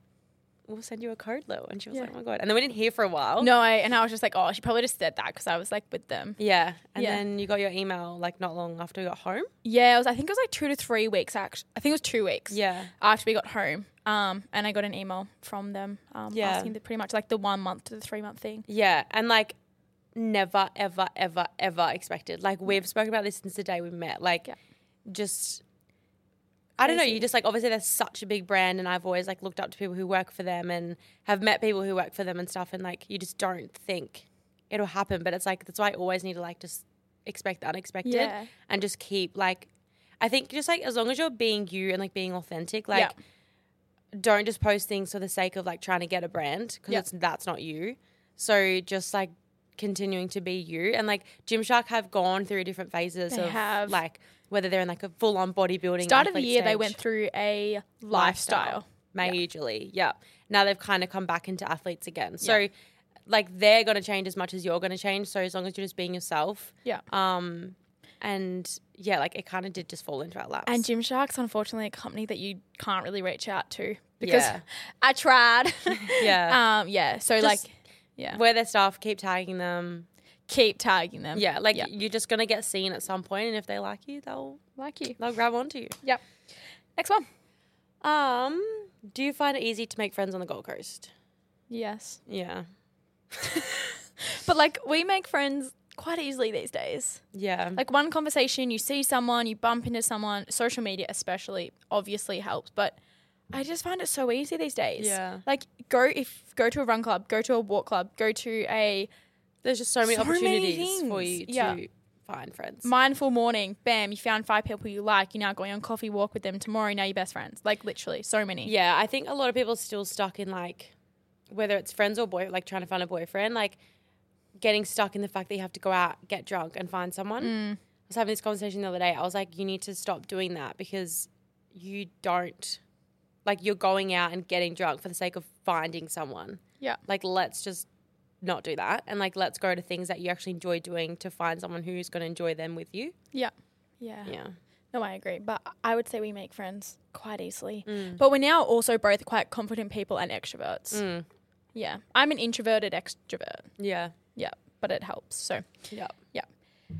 Speaker 1: We'll send you a code, Lil. And she was
Speaker 2: Yeah.
Speaker 1: like, oh my God. And then we didn't hear for a while.
Speaker 2: No, I, and I was just like, oh, she probably just said that because I was like with them.
Speaker 1: Yeah. And
Speaker 2: Yeah.
Speaker 1: then you got your email like not long after we got home.
Speaker 2: Yeah, it was, I think it was like two to three weeks. Actually, I think it was two weeks.
Speaker 1: Yeah.
Speaker 2: After we got home, um, and I got an email from them, um,
Speaker 1: Yeah.
Speaker 2: asking the, pretty much like the one month to the three month thing.
Speaker 1: Yeah, and like never, ever, ever, ever expected. Like we've spoken about this since the day we met. Like
Speaker 2: Yeah.
Speaker 1: just I don't know,
Speaker 2: Crazy.
Speaker 1: you just like obviously they're such a big brand and I've always like looked up to people who work for them and have met people who work for them and stuff and like you just don't think it'll happen. But it's like that's why I always need to like just expect the unexpected
Speaker 2: Yeah.
Speaker 1: and just keep like I think just like as long as you're being you and like being authentic, like
Speaker 2: Yeah.
Speaker 1: don't just post things for the sake of like trying to get a brand
Speaker 2: Yeah.
Speaker 1: because that's not you. So just like continuing to be you and like Gymshark have gone through different phases
Speaker 2: They
Speaker 1: of
Speaker 2: have.
Speaker 1: like whether they're in like a full on bodybuilding
Speaker 2: Start of the
Speaker 1: athlete
Speaker 2: year, they
Speaker 1: stage,
Speaker 2: went through a lifestyle.
Speaker 1: majorly. Yeah. Now they've kind of come back into athletes again. So like they're going to change as much as you're going to change. So as long as you're just being yourself.
Speaker 2: Yeah.
Speaker 1: Um and yeah, like it kind of did just fall into our laps.
Speaker 2: And Gymshark's unfortunately a company that you can't really reach out to because
Speaker 1: Yeah.
Speaker 2: I tried.
Speaker 1: yeah.
Speaker 2: um, yeah. So
Speaker 1: Just-
Speaker 2: like, yeah,
Speaker 1: Where their staff keep tagging them. Um,
Speaker 2: keep tagging them.
Speaker 1: Yeah, like
Speaker 2: Yeah.
Speaker 1: you're just gonna get seen at some point, and if they like you, they'll
Speaker 2: like you.
Speaker 1: they'll grab onto you.
Speaker 2: Yep. Next one.
Speaker 1: Um, do you find it easy to make friends on the Gold Coast?
Speaker 2: Yes.
Speaker 1: Yeah,
Speaker 2: But like we make friends quite easily these days.
Speaker 1: yeah,
Speaker 2: Like one conversation, you see someone, you bump into someone, social media especially obviously helps, but I just find it so easy these days.
Speaker 1: Yeah.
Speaker 2: Like go if go to a run club, go to a walk club, go to a
Speaker 1: There's just so many
Speaker 2: so many
Speaker 1: opportunities for
Speaker 2: things.
Speaker 1: you to
Speaker 2: Yeah.
Speaker 1: find friends.
Speaker 2: mindful morning, bam, you found five people you like, you're now going on coffee walk with them tomorrow, now you're best friends. Like literally, so many.
Speaker 1: yeah, I think a lot of people are still stuck in like whether it's friends or boy, like trying to find a boyfriend, like getting stuck in the fact that you have to go out, get drunk, and find someone.
Speaker 2: Mm.
Speaker 1: I was having this conversation the other day. I was like, you need to stop doing that because you don't like you're going out and getting drunk for the sake of finding someone.
Speaker 2: Yeah.
Speaker 1: Like let's just not do that and like let's go to things that you actually enjoy doing to find someone who's going to enjoy them with you.
Speaker 2: Yeah. Yeah.
Speaker 1: Yeah.
Speaker 2: No, I agree. But I would say we make friends quite easily. But we're now also both quite confident people and extroverts.
Speaker 1: Mm.
Speaker 2: Yeah. I'm an introverted extrovert.
Speaker 1: Yeah.
Speaker 2: Yeah. But it helps. So,
Speaker 1: Yeah.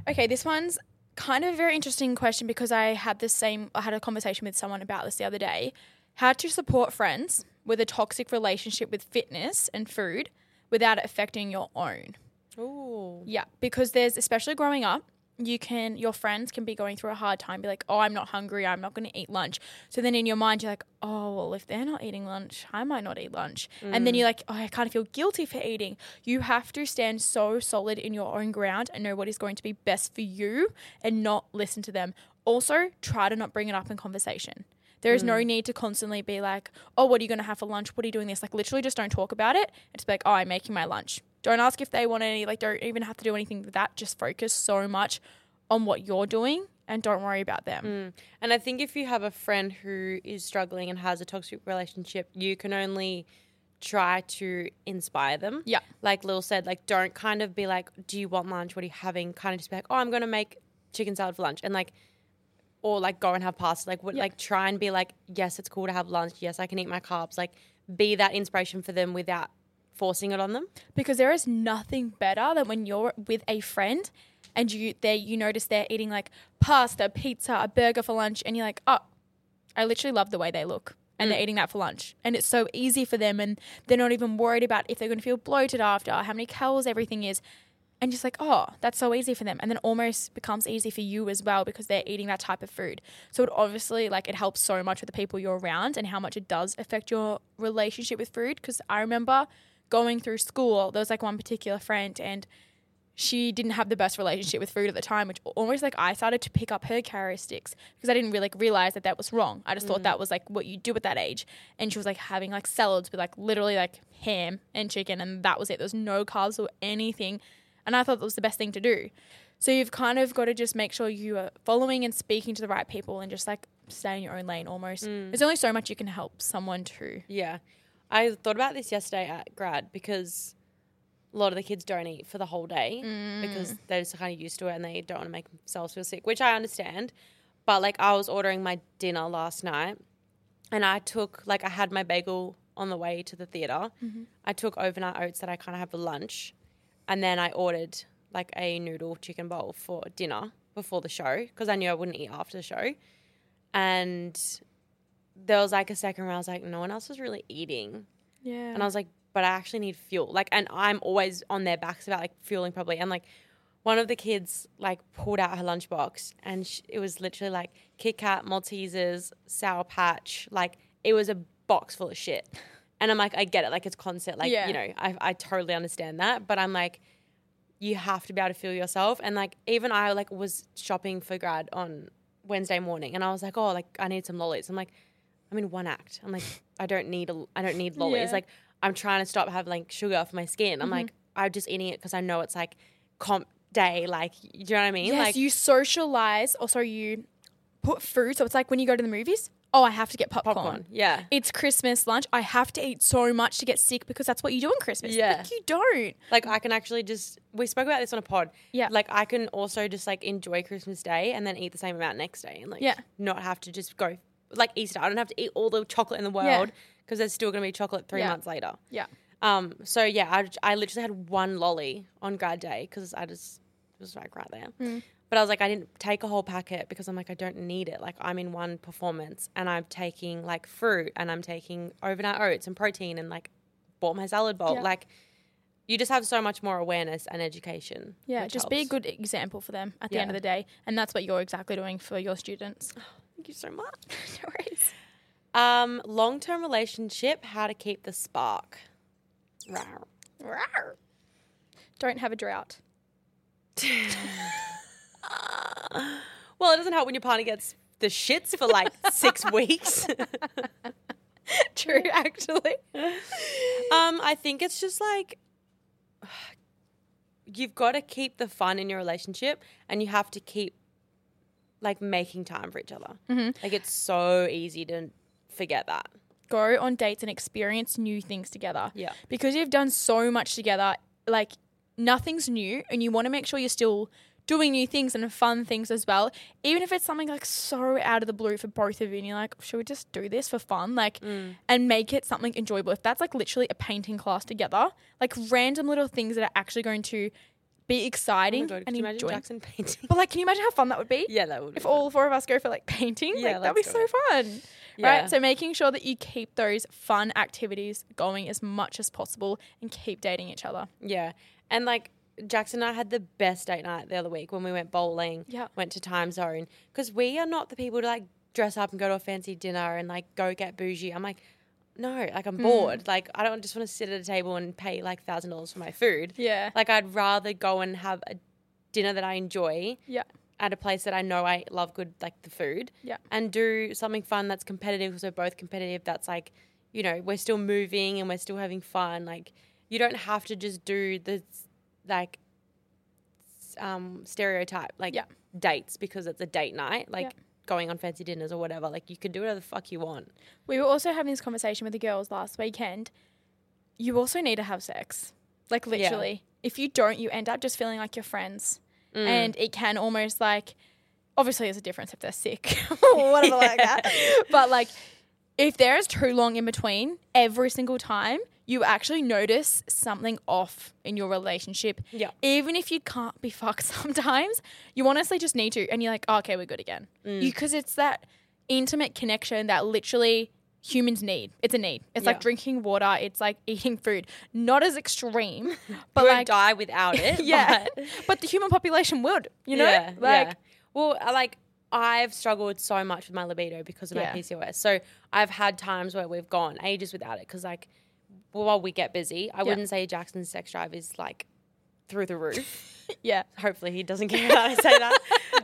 Speaker 2: okay, this one's kind of a very interesting question because I had the same, I had a conversation with someone about this the other day. How to support friends with a toxic relationship with fitness and food without it affecting your own.
Speaker 1: Ooh.
Speaker 2: Yeah, because there's especially growing up, you can your friends can be going through a hard time, be like, "Oh, I'm not hungry. I'm not going to eat lunch." So then in your mind, you're like, "Oh, well, if they're not eating lunch, I might not eat lunch." And then you're like, "Oh, I kind of feel guilty for eating." You have to stand so solid in your own ground and know what is going to be best for you, and not listen to them. Also, try to not bring it up in conversation. There is no need to constantly be like, oh, what are you going to have for lunch? What are you doing this? Like, literally just don't talk about it. And just be like, oh, I'm making my lunch. Don't ask if they want any, like, don't even have to do anything with that. Just focus so much on what you're doing and don't worry about them.
Speaker 1: And I think if you have a friend who is struggling and has a toxic relationship, you can only try to inspire them.
Speaker 2: Yeah.
Speaker 1: Like Lil said, like don't kind of be like, Do you want lunch? What are you having? Kind of just be like, Oh, I'm gonna make chicken salad for lunch and like or like go and have pasta. Like what
Speaker 2: Yeah.
Speaker 1: like try and be like, Yes, it's cool to have lunch, yes, I can eat my carbs. Like be that inspiration for them without forcing it on them.
Speaker 2: because there is nothing better than when you're with a friend and you they you notice they're eating like pasta, pizza, a burger for lunch, and you're like, oh, I literally love the way they look. And they're eating that for lunch. And it's so easy for them. And they're not even worried about if they're going to feel bloated after, how many calories everything is. and just like, oh, that's so easy for them. And then almost becomes easy for you as well because they're eating that type of food. So it obviously like it helps so much with the people you're around and how much it does affect your relationship with food. Cause I remember going through school, there was like one particular friend and she didn't have the best relationship with food at the time, which almost like I started to pick up her characteristics because I didn't really like realize that that was wrong. I just thought that was like what you do at that age. And she was like having like salads with like literally like ham and chicken, and that was it. There was no carbs or anything. And I thought that was the best thing to do. So you've kind of got to just make sure you are following and speaking to the right people and just like stay in your own lane almost. There's only so much you can help someone to.
Speaker 1: Yeah. I thought about this yesterday at grad because a lot of the kids don't eat for the whole day because they're just kind of used to it and they don't want to make themselves feel sick, which I understand. But like I was ordering my dinner last night and I took, like, I had my bagel on the way to the theater I took overnight oats that I kind of have for lunch. And then I ordered like a noodle chicken bowl for dinner before the show because I knew I wouldn't eat after the show. And there was like a second where I was like, no one else is really eating.
Speaker 2: Yeah.
Speaker 1: And I was like, but I actually need fuel. Like, and I'm always on their backs about like fueling probably. And like, one of the kids like pulled out her lunchbox and sh it was literally like Kit Kat, Maltesers, Sour Patch. Like, it was a box full of shit. And I'm like, I get it. Like, it's concert. Like,
Speaker 2: Yeah.
Speaker 1: you know, I, I totally understand that. But I'm like, you have to be able to feel yourself. And like, even I like was shopping for grad on Wednesday morning and I was like, oh, like I need some lollies. I'm like, I'm in one act. I'm like, I don't need a, I don't need lollies.
Speaker 2: Yeah.
Speaker 1: Like, I'm trying to stop having like sugar for my skin.
Speaker 2: Mm-hmm.
Speaker 1: I'm like, I'm just eating it because I know it's like comp day. Like, do you know what I mean?
Speaker 2: Yes,
Speaker 1: like,
Speaker 2: you socialize. Also, you put food. So it's like when you go to the movies. Oh, I have to get popcorn.
Speaker 1: popcorn. Yeah.
Speaker 2: It's Christmas lunch. I have to eat so much to get sick because that's what you do on Christmas.
Speaker 1: Yeah.
Speaker 2: But you don't.
Speaker 1: Like I can actually just we spoke about this on a pod.
Speaker 2: Mm. Yeah.
Speaker 1: Like I can also just like enjoy Christmas Day and then eat the same amount next day and like
Speaker 2: Yeah.
Speaker 1: not have to just go like Easter. I don't have to eat all the chocolate in the
Speaker 2: Yeah.
Speaker 1: world because there's still gonna be chocolate three
Speaker 2: Yeah.
Speaker 1: months later.
Speaker 2: Yeah.
Speaker 1: Um. So yeah, I, j- I literally had one lolly on grad day because I just it was like right
Speaker 2: Hmm.
Speaker 1: there. But I was like, I didn't take a whole packet because I'm like, I don't need it. Like I'm in one performance and I'm taking like fruit and I'm taking overnight oats and protein and like bought my salad bowl.
Speaker 2: Yeah.
Speaker 1: Like you just have so much more awareness and education.
Speaker 2: Yeah.
Speaker 1: which
Speaker 2: just be a
Speaker 1: helps.
Speaker 2: good example for them at the end
Speaker 1: Yeah.
Speaker 2: of the day. And that's what you're exactly doing for your students.
Speaker 1: Thank you so much.
Speaker 2: no worries.
Speaker 1: Um, long term relationship, how to keep the spark. Rawr.
Speaker 2: Rawr. Don't have a drought.
Speaker 1: Well, it doesn't help when your partner gets the shits for like six weeks.
Speaker 2: True, actually.
Speaker 1: Um, I think it's just like you've got to keep the fun in your relationship, and you have to keep like making time for each other. Like it's so easy to forget that.
Speaker 2: Go on dates and experience new things together.
Speaker 1: Yeah.
Speaker 2: because you've done so much together, like nothing's new, and you want to make sure you're still doing new things and fun things as well. Even if it's something like so out of the blue for both of you, and you're like, should we just do this for fun? Like,
Speaker 1: Mm.
Speaker 2: and make it something enjoyable. If that's like literally a painting class together, like random little things that are actually going to be exciting
Speaker 1: Oh God, could
Speaker 2: and
Speaker 1: you imagine
Speaker 2: enjoying.
Speaker 1: Jackson painting?
Speaker 2: But like, can you imagine how fun that would be?
Speaker 1: yeah, that would. Be
Speaker 2: If all four of us go for like painting,
Speaker 1: Yeah,
Speaker 2: like that'd be
Speaker 1: let's
Speaker 2: so
Speaker 1: do
Speaker 2: fun.
Speaker 1: Yeah.
Speaker 2: Right? So making sure that you keep those fun activities going as much as possible and keep dating each other.
Speaker 1: Yeah. And like Jackson and I had the best date night the other week when we went bowling,
Speaker 2: Yeah.
Speaker 1: went to time zone. Because we are not the people to like dress up and go to a fancy dinner and like go get bougie. I'm like, no, like I'm bored. Like I don't just want to sit at a table and pay like thousand dollars for my food.
Speaker 2: Yeah.
Speaker 1: Like I'd rather go and have a dinner that I enjoy
Speaker 2: Yeah.
Speaker 1: at a place that I know I love good like the food.
Speaker 2: Yeah.
Speaker 1: And do something fun that's competitive because we're both competitive. That's like, you know, we're still moving and we're still having fun. Like you don't have to just do the s- like s- um stereotype like
Speaker 2: Yeah.
Speaker 1: dates because it's a date night. Like
Speaker 2: Yeah.
Speaker 1: going on fancy dinners or whatever. Like you can do whatever the fuck you want.
Speaker 2: We were also having this conversation with the girls last weekend. You also need to have sex. Like literally. If you don't, you end up just feeling like your friends.
Speaker 1: Mm.
Speaker 2: And it can almost like obviously there's a difference if they're sick or whatever like that. But like if there is too long in between every single time, you actually notice something off in your relationship.
Speaker 1: Mm. Yeah.
Speaker 2: Even if you can't be fucked sometimes, you honestly just
Speaker 1: Mm.
Speaker 2: need to. And you're like, "Oh, okay, we're good again. Because it's that intimate connection that literally humans need. It's a need. It's
Speaker 1: Yeah.
Speaker 2: like drinking water. It's like eating food. Not as extreme, but
Speaker 1: you
Speaker 2: like
Speaker 1: won't die without it.
Speaker 2: yeah.
Speaker 1: but-
Speaker 2: But. the human population would, you know?
Speaker 1: Yeah,
Speaker 2: like
Speaker 1: yeah. well, I like I've struggled so much with my libido because of
Speaker 2: Yeah.
Speaker 1: my PCOS. So I've had times where we've gone ages without it because like while we get busy, I wouldn't say Jackson's sex drive is like through the roof.
Speaker 2: yeah.
Speaker 1: Hopefully he doesn't care how I say that.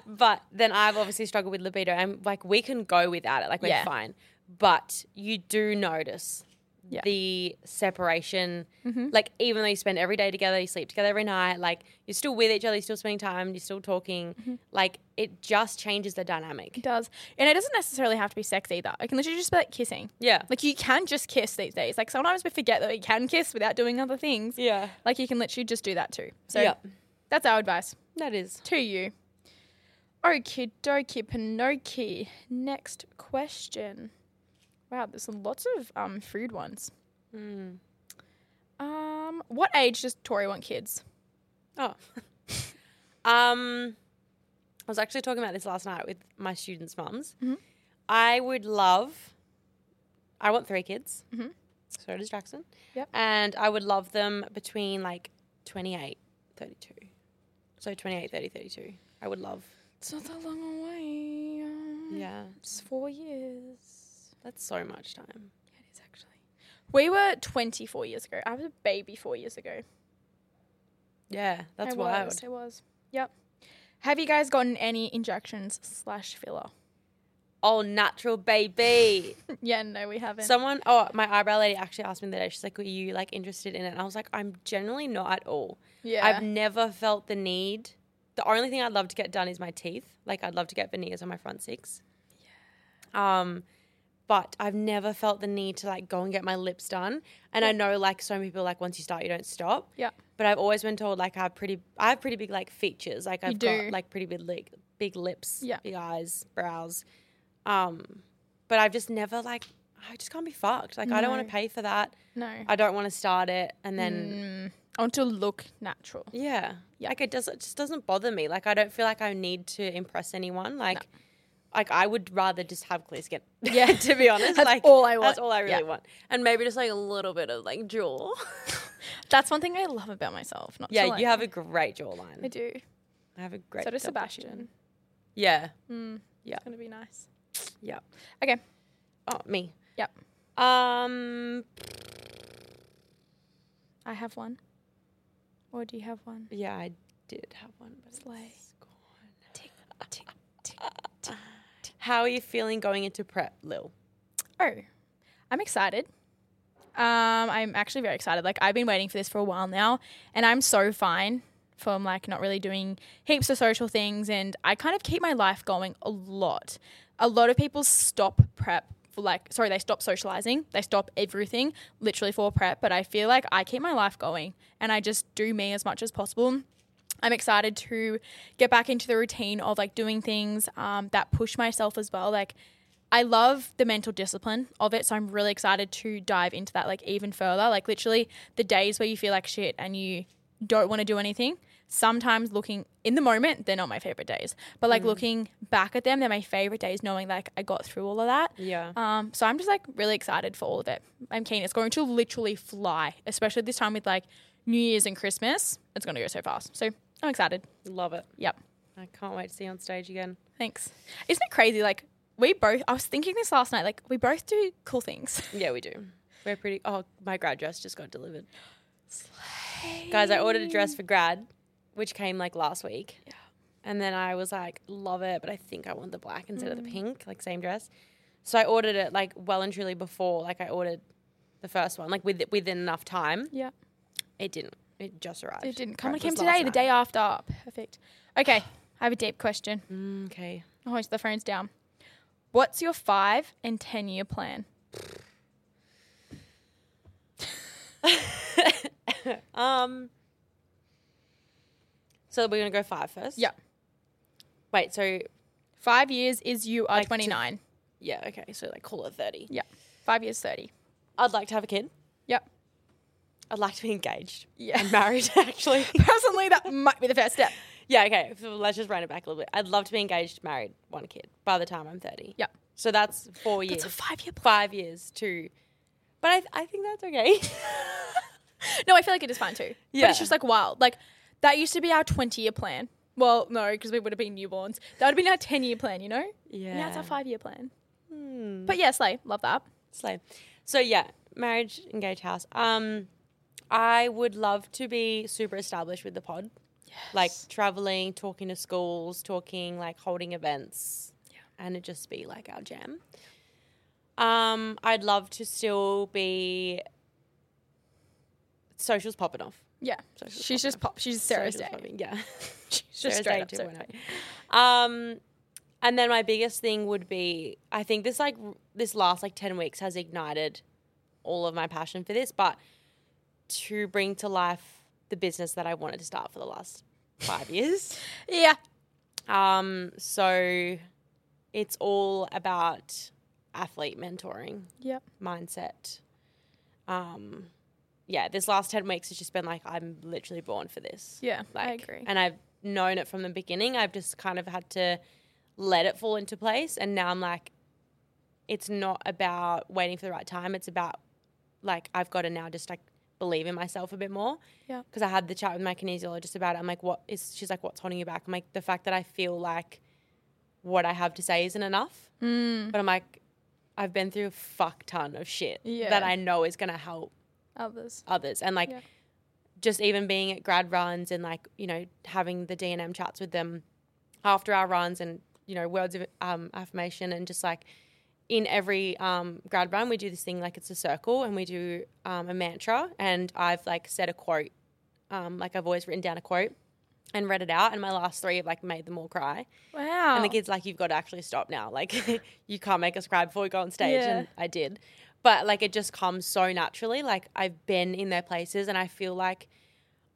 Speaker 1: But then I've obviously struggled with libido and like we can go without it, like we're
Speaker 2: Yeah.
Speaker 1: fine. But you do notice
Speaker 2: Yeah.
Speaker 1: the separation. Like even though you spend every day together, you sleep together every night, like you're still with each other, you're still spending time, you're still talking. Like it just changes the dynamic.
Speaker 2: It does. And it doesn't necessarily have to be sex either. It can literally just be like kissing.
Speaker 1: Yeah.
Speaker 2: Like you can just kiss these days. Like sometimes we forget that we can kiss without doing other things.
Speaker 1: yeah.
Speaker 2: Like you can literally just do that too. So
Speaker 1: Yeah.
Speaker 2: that's our advice
Speaker 1: That is.
Speaker 2: to you. Okie dokie Pinocchio. Next question. Wow, there's lots of um, food ones.
Speaker 1: Mm.
Speaker 2: Um, what age does Tori want kids?
Speaker 1: Oh. um, I was actually talking about this last night with my students' mums. I would love. I want three kids. Mm-hmm. So does Jackson.
Speaker 2: Yep.
Speaker 1: And I would love them between like 28, 32. So 28, 30, 32. I would love.
Speaker 2: It's not that long away. um,
Speaker 1: Yeah.
Speaker 2: It's four years.
Speaker 1: That's so much time.
Speaker 2: It is actually. We were 24 years ago. I was a baby four years ago.
Speaker 1: Yeah, that's
Speaker 2: I
Speaker 1: wild.
Speaker 2: Was, I was. Yep. Have you guys gotten any injections slash filler?
Speaker 1: All Oh, natural, baby.
Speaker 2: yeah, no, we haven't.
Speaker 1: Someone, oh, my eyebrow lady actually asked me the other day. She's like, "Were you like interested in it?" And I was like, "I'm generally not at all."
Speaker 2: yeah.
Speaker 1: I've never felt the need. The only thing I'd love to get done is my teeth. Like I'd love to get veneers on my front six. Yeah. Um, but I've never felt the need to like go and get my lips done. And I know like so many people like once you start you don't stop.
Speaker 2: Yeah.
Speaker 1: But I've always been told like I have pretty I have pretty big like features. Like I've
Speaker 2: do.
Speaker 1: got like pretty big like big lips,
Speaker 2: Yeah.
Speaker 1: big eyes, brows. Um, but I've just never like I just can't be fucked. Like I don't want
Speaker 2: No.
Speaker 1: to pay for that.
Speaker 2: no.
Speaker 1: I don't want to start it and then
Speaker 2: Mm, I want to look natural.
Speaker 1: yeah. Like it does it just doesn't bother me. Like I don't feel like I need to impress anyone. Like like I would rather just have clear skin.
Speaker 2: Yeah.
Speaker 1: to be honest.
Speaker 2: That's
Speaker 1: like
Speaker 2: all I want.
Speaker 1: That's all I really
Speaker 2: Yeah.
Speaker 1: want. And maybe just like a little bit of like jaw.
Speaker 2: That's one thing I love about myself. Not to,
Speaker 1: yeah,
Speaker 2: like-
Speaker 1: you have a great
Speaker 2: I
Speaker 1: jawline.
Speaker 2: do.
Speaker 1: I have a great
Speaker 2: So does
Speaker 1: double
Speaker 2: Sebastian. Mm.
Speaker 1: chin. Yeah. Yeah.
Speaker 2: It's gonna be nice.
Speaker 1: Yeah.
Speaker 2: Okay.
Speaker 1: Oh, me.
Speaker 2: Yep.
Speaker 1: Um
Speaker 2: I have one. Or do you have one?
Speaker 1: yeah, I did have one, but it's
Speaker 2: Slay.
Speaker 1: gone. How are you feeling going into prep, Lil?
Speaker 2: Oh, I'm excited. Um, I'm actually very excited. Like I've been waiting for this for a while now, and I'm so fine from like not really doing heaps of social things, and I kind of keep my life going a lot. A lot of people stop prep for like, sorry, they stop socializing, they stop everything literally for prep. But I feel like I keep my life going, and I just do me as much as possible. I'm excited to get back into the routine of like doing things um, that push myself as well. Like, I love the mental discipline of it. So I'm really excited to dive into that like even further. Like, literally, the days where you feel like shit and you don't want to do anything, sometimes looking in the moment, they're not my favorite days. But like looking back at them, they're my favorite days, knowing like I got through all of that.
Speaker 1: Yeah.
Speaker 2: Um, so I'm just like really excited for all of it. I'm keen. It's going to literally fly, especially this time with like New Year's and Christmas. It's going to go so fast. So I'm excited.
Speaker 1: Love it.
Speaker 2: Yep.
Speaker 1: I can't wait to see you on stage again.
Speaker 2: Thanks. Isn't it crazy? Like we both. I was thinking this last night. Like we both do cool things.
Speaker 1: Yeah, we do. We're pretty. Oh, my grad dress just got delivered. Guys, I ordered a dress for grad, which came like last week. Yeah. And then I was like, love it, but I think I want the black instead
Speaker 2: Mm.
Speaker 1: of the pink, like same dress. So I ordered it like well and truly before, like I ordered the first one, like with within enough time.
Speaker 2: Yeah.
Speaker 1: It didn't. It just arrived.
Speaker 2: It didn't come. It
Speaker 1: Right,
Speaker 2: came
Speaker 1: was last
Speaker 2: today. The
Speaker 1: night.
Speaker 2: day after. Oh, Perfect. Okay. I have a deep question.
Speaker 1: Mm, okay.
Speaker 2: Oh, the phone's down. What's your five and ten year plan?
Speaker 1: Um. So we're gonna go five first.
Speaker 2: Yeah.
Speaker 1: Wait. So
Speaker 2: Five years is you are
Speaker 1: Like to-
Speaker 2: 29.
Speaker 1: yeah. Okay. So like call it thirty.
Speaker 2: yeah. Five years 30.
Speaker 1: I'd like to have a kid.
Speaker 2: Yep.
Speaker 1: I'd like to be engaged.
Speaker 2: Yeah.
Speaker 1: And married, actually.
Speaker 2: Personally, that might be the first step.
Speaker 1: yeah, okay. So let's just run it back a little bit. I'd love to be engaged, married, one kid by the time I'm 30.
Speaker 2: Yep.
Speaker 1: So that's four years.
Speaker 2: It's a five year plan.
Speaker 1: five years to. But I, I think that's okay.
Speaker 2: No, I feel like it is fine too. But
Speaker 1: Yeah.
Speaker 2: it's just like wild. Like that used to be our 20 year plan. Well, no, because we would have been newborns. That would have been our 10 year plan, you know?
Speaker 1: yeah.
Speaker 2: Now it's our five year plan.
Speaker 1: Hmm.
Speaker 2: But yeah, Slay, love that.
Speaker 1: Slay. So yeah, marriage, engaged house. Um, I would love to be super established with the pod, like traveling, talking to schools, talking like holding events, and it just be like our jam. Um, I'd love to still be socials popping off.
Speaker 2: Yeah.
Speaker 1: Socials
Speaker 2: she's just pop. She's Sarah's
Speaker 1: Socials
Speaker 2: day.
Speaker 1: popping, Yeah,
Speaker 2: She's
Speaker 1: Sarah's
Speaker 2: just straight
Speaker 1: day
Speaker 2: up.
Speaker 1: too,
Speaker 2: Sarah's
Speaker 1: why
Speaker 2: day.
Speaker 1: not? Um, and then my biggest thing would be I think this like r- this last like ten weeks has ignited all of my passion for this, but to bring to life the business that I wanted to start for the last five years.
Speaker 2: Yeah.
Speaker 1: Um, so it's all about athlete mentoring
Speaker 2: Yep.
Speaker 1: mindset. Um, yeah, this last ten weeks has just been like I'm literally born for this.
Speaker 2: Yeah.
Speaker 1: Like,
Speaker 2: I agree.
Speaker 1: And I've known it from the beginning. I've just kind of had to let it fall into place. And now I'm like, it's not about waiting for the right time. It's about like, I've got to now just like believe in myself a bit more.
Speaker 2: Yeah.
Speaker 1: Because I had the chat with my kinesiologist about it. I'm like, what is, she's like, what's holding you back? I'm like, the fact that I feel like what I have to say isn't enough.
Speaker 2: Mm.
Speaker 1: But I'm like, I've been through a fuck ton of shit
Speaker 2: Yeah.
Speaker 1: that I know is going to help
Speaker 2: Others.
Speaker 1: others and like
Speaker 2: Yeah.
Speaker 1: just even being at grad runs and like you know having the dnm chats with them after our runs and you know words of um, affirmation and just like in every um, grad run we do this thing like it's a circle and we do um, a mantra and i've like said a quote um, like i've always written down a quote and read it out and my last three have like made them all cry
Speaker 2: Wow.
Speaker 1: and the kid's like, you've got to actually stop now. Like, you can't make us cry before we go on stage.
Speaker 2: Yeah.
Speaker 1: And I did. But like, it just comes so naturally. Like, I've been in their places and I feel like,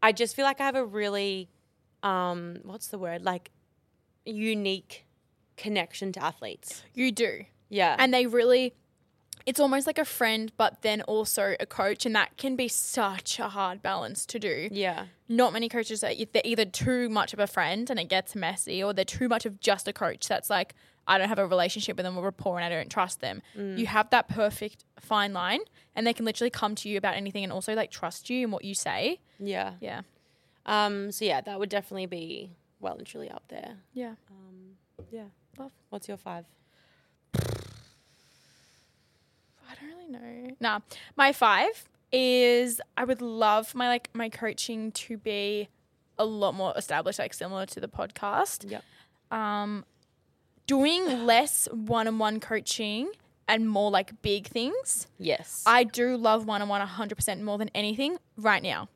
Speaker 1: I just feel like I have a really, um, what's the word? Like, unique connection to athletes.
Speaker 2: you do.
Speaker 1: Yeah.
Speaker 2: And they really, it's almost like a friend, but then also a coach. And that can be such a hard balance to do.
Speaker 1: yeah.
Speaker 2: not many coaches are e, they're either too much of a friend and it gets messy or they're too much of just a coach that's like I don't have a relationship with them or rapport and I don't trust them. You have that perfect fine line and they can literally come to you about anything and also like trust you and what you say.
Speaker 1: Yeah.
Speaker 2: Yeah.
Speaker 1: Um, so yeah, that would definitely be well and truly up there.
Speaker 2: Yeah.
Speaker 1: Um, yeah.
Speaker 2: Love.
Speaker 1: What's your five?
Speaker 2: I don't really know. Nah. My five is I would love my like my coaching to be a lot more established, like similar to the podcast.
Speaker 1: Yep.
Speaker 2: um, doing less one-on-one coaching and more like big things.
Speaker 1: Yes.
Speaker 2: I do love one-on-one 100% more than anything right now.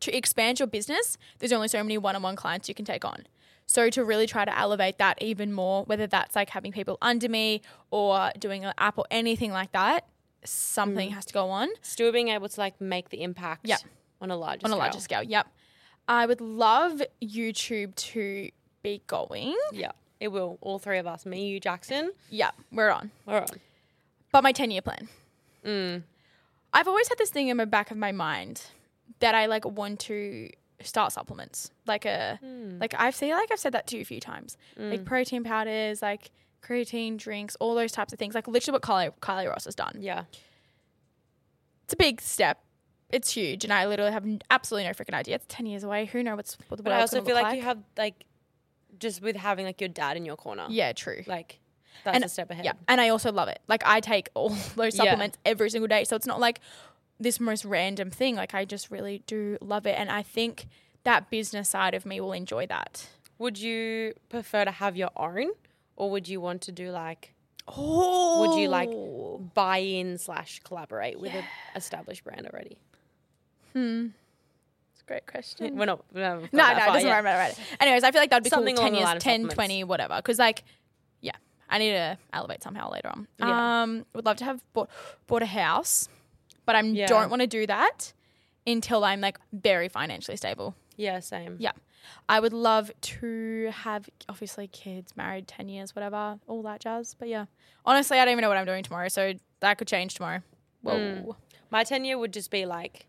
Speaker 2: To expand your business, there's only so many one-on-one clients you can take on. So to really try to elevate that even more, whether that's like having people under me or doing an app or anything like that, something has Mm-hmm. to go on.
Speaker 1: Still being able to like make the impact
Speaker 2: Yep.
Speaker 1: on a larger
Speaker 2: on a
Speaker 1: scale.
Speaker 2: larger scale. Yep. I would love YouTube to be going.
Speaker 1: Yeah, it will. All three of us, me, you, Jackson.
Speaker 2: Yep, we're on.
Speaker 1: We're on.
Speaker 2: But my 10 year plan.
Speaker 1: Mm.
Speaker 2: I've always had this thing in the back of my mind that I like want to start supplements. Like a
Speaker 1: Hmm.
Speaker 2: like I've say like I've said that to you a few times.
Speaker 1: Mm.
Speaker 2: Like protein powders, like creatine drinks, all those types of things. Like literally what Kylie, Kylie Ross has done.
Speaker 1: Yeah,
Speaker 2: It's a big step. It's huge, and I literally have n- absolutely no freaking idea. It's ten years away. Who knows what's what the
Speaker 1: but
Speaker 2: world's
Speaker 1: I also
Speaker 2: gonna
Speaker 1: feel
Speaker 2: look
Speaker 1: like, you have like just with having like your dad in your corner.
Speaker 2: yeah, true.
Speaker 1: like that's
Speaker 2: And-
Speaker 1: a step ahead.
Speaker 2: Yeah, and I also love it. Like I take all those supplements every single day, so it's not like this most random thing. Like I just really do love it, and I think that business side of me will enjoy that.
Speaker 1: Would you prefer to have your own, or would you want to do like
Speaker 2: Oh,
Speaker 1: you like- buy in slash collaborate with an established brand already?
Speaker 2: Hmm. It's a great question.
Speaker 1: We're not. we haven't gone
Speaker 2: No, no,
Speaker 1: that
Speaker 2: it
Speaker 1: far
Speaker 2: doesn't
Speaker 1: yet.
Speaker 2: matter, matter, matter. Anyways, I feel like that'd be
Speaker 1: Something
Speaker 2: cool.
Speaker 1: along the
Speaker 2: Ten
Speaker 1: line
Speaker 2: years,
Speaker 1: of
Speaker 2: 10,
Speaker 1: supplements.
Speaker 2: 20, whatever. Because like, yeah, I need to elevate somehow later on.
Speaker 1: Yeah.
Speaker 2: Um, would love to have bought, bought a house, but I
Speaker 1: Yeah.
Speaker 2: don't want to do that until I'm like very financially stable.
Speaker 1: Yeah, same.
Speaker 2: Yeah. I would love to have obviously kids, married 10 years, whatever, all that jazz. But yeah. Honestly, I don't even know what I'm doing tomorrow, so
Speaker 1: Hmm.
Speaker 2: that could change tomorrow. Whoa.
Speaker 1: My ten year would just be like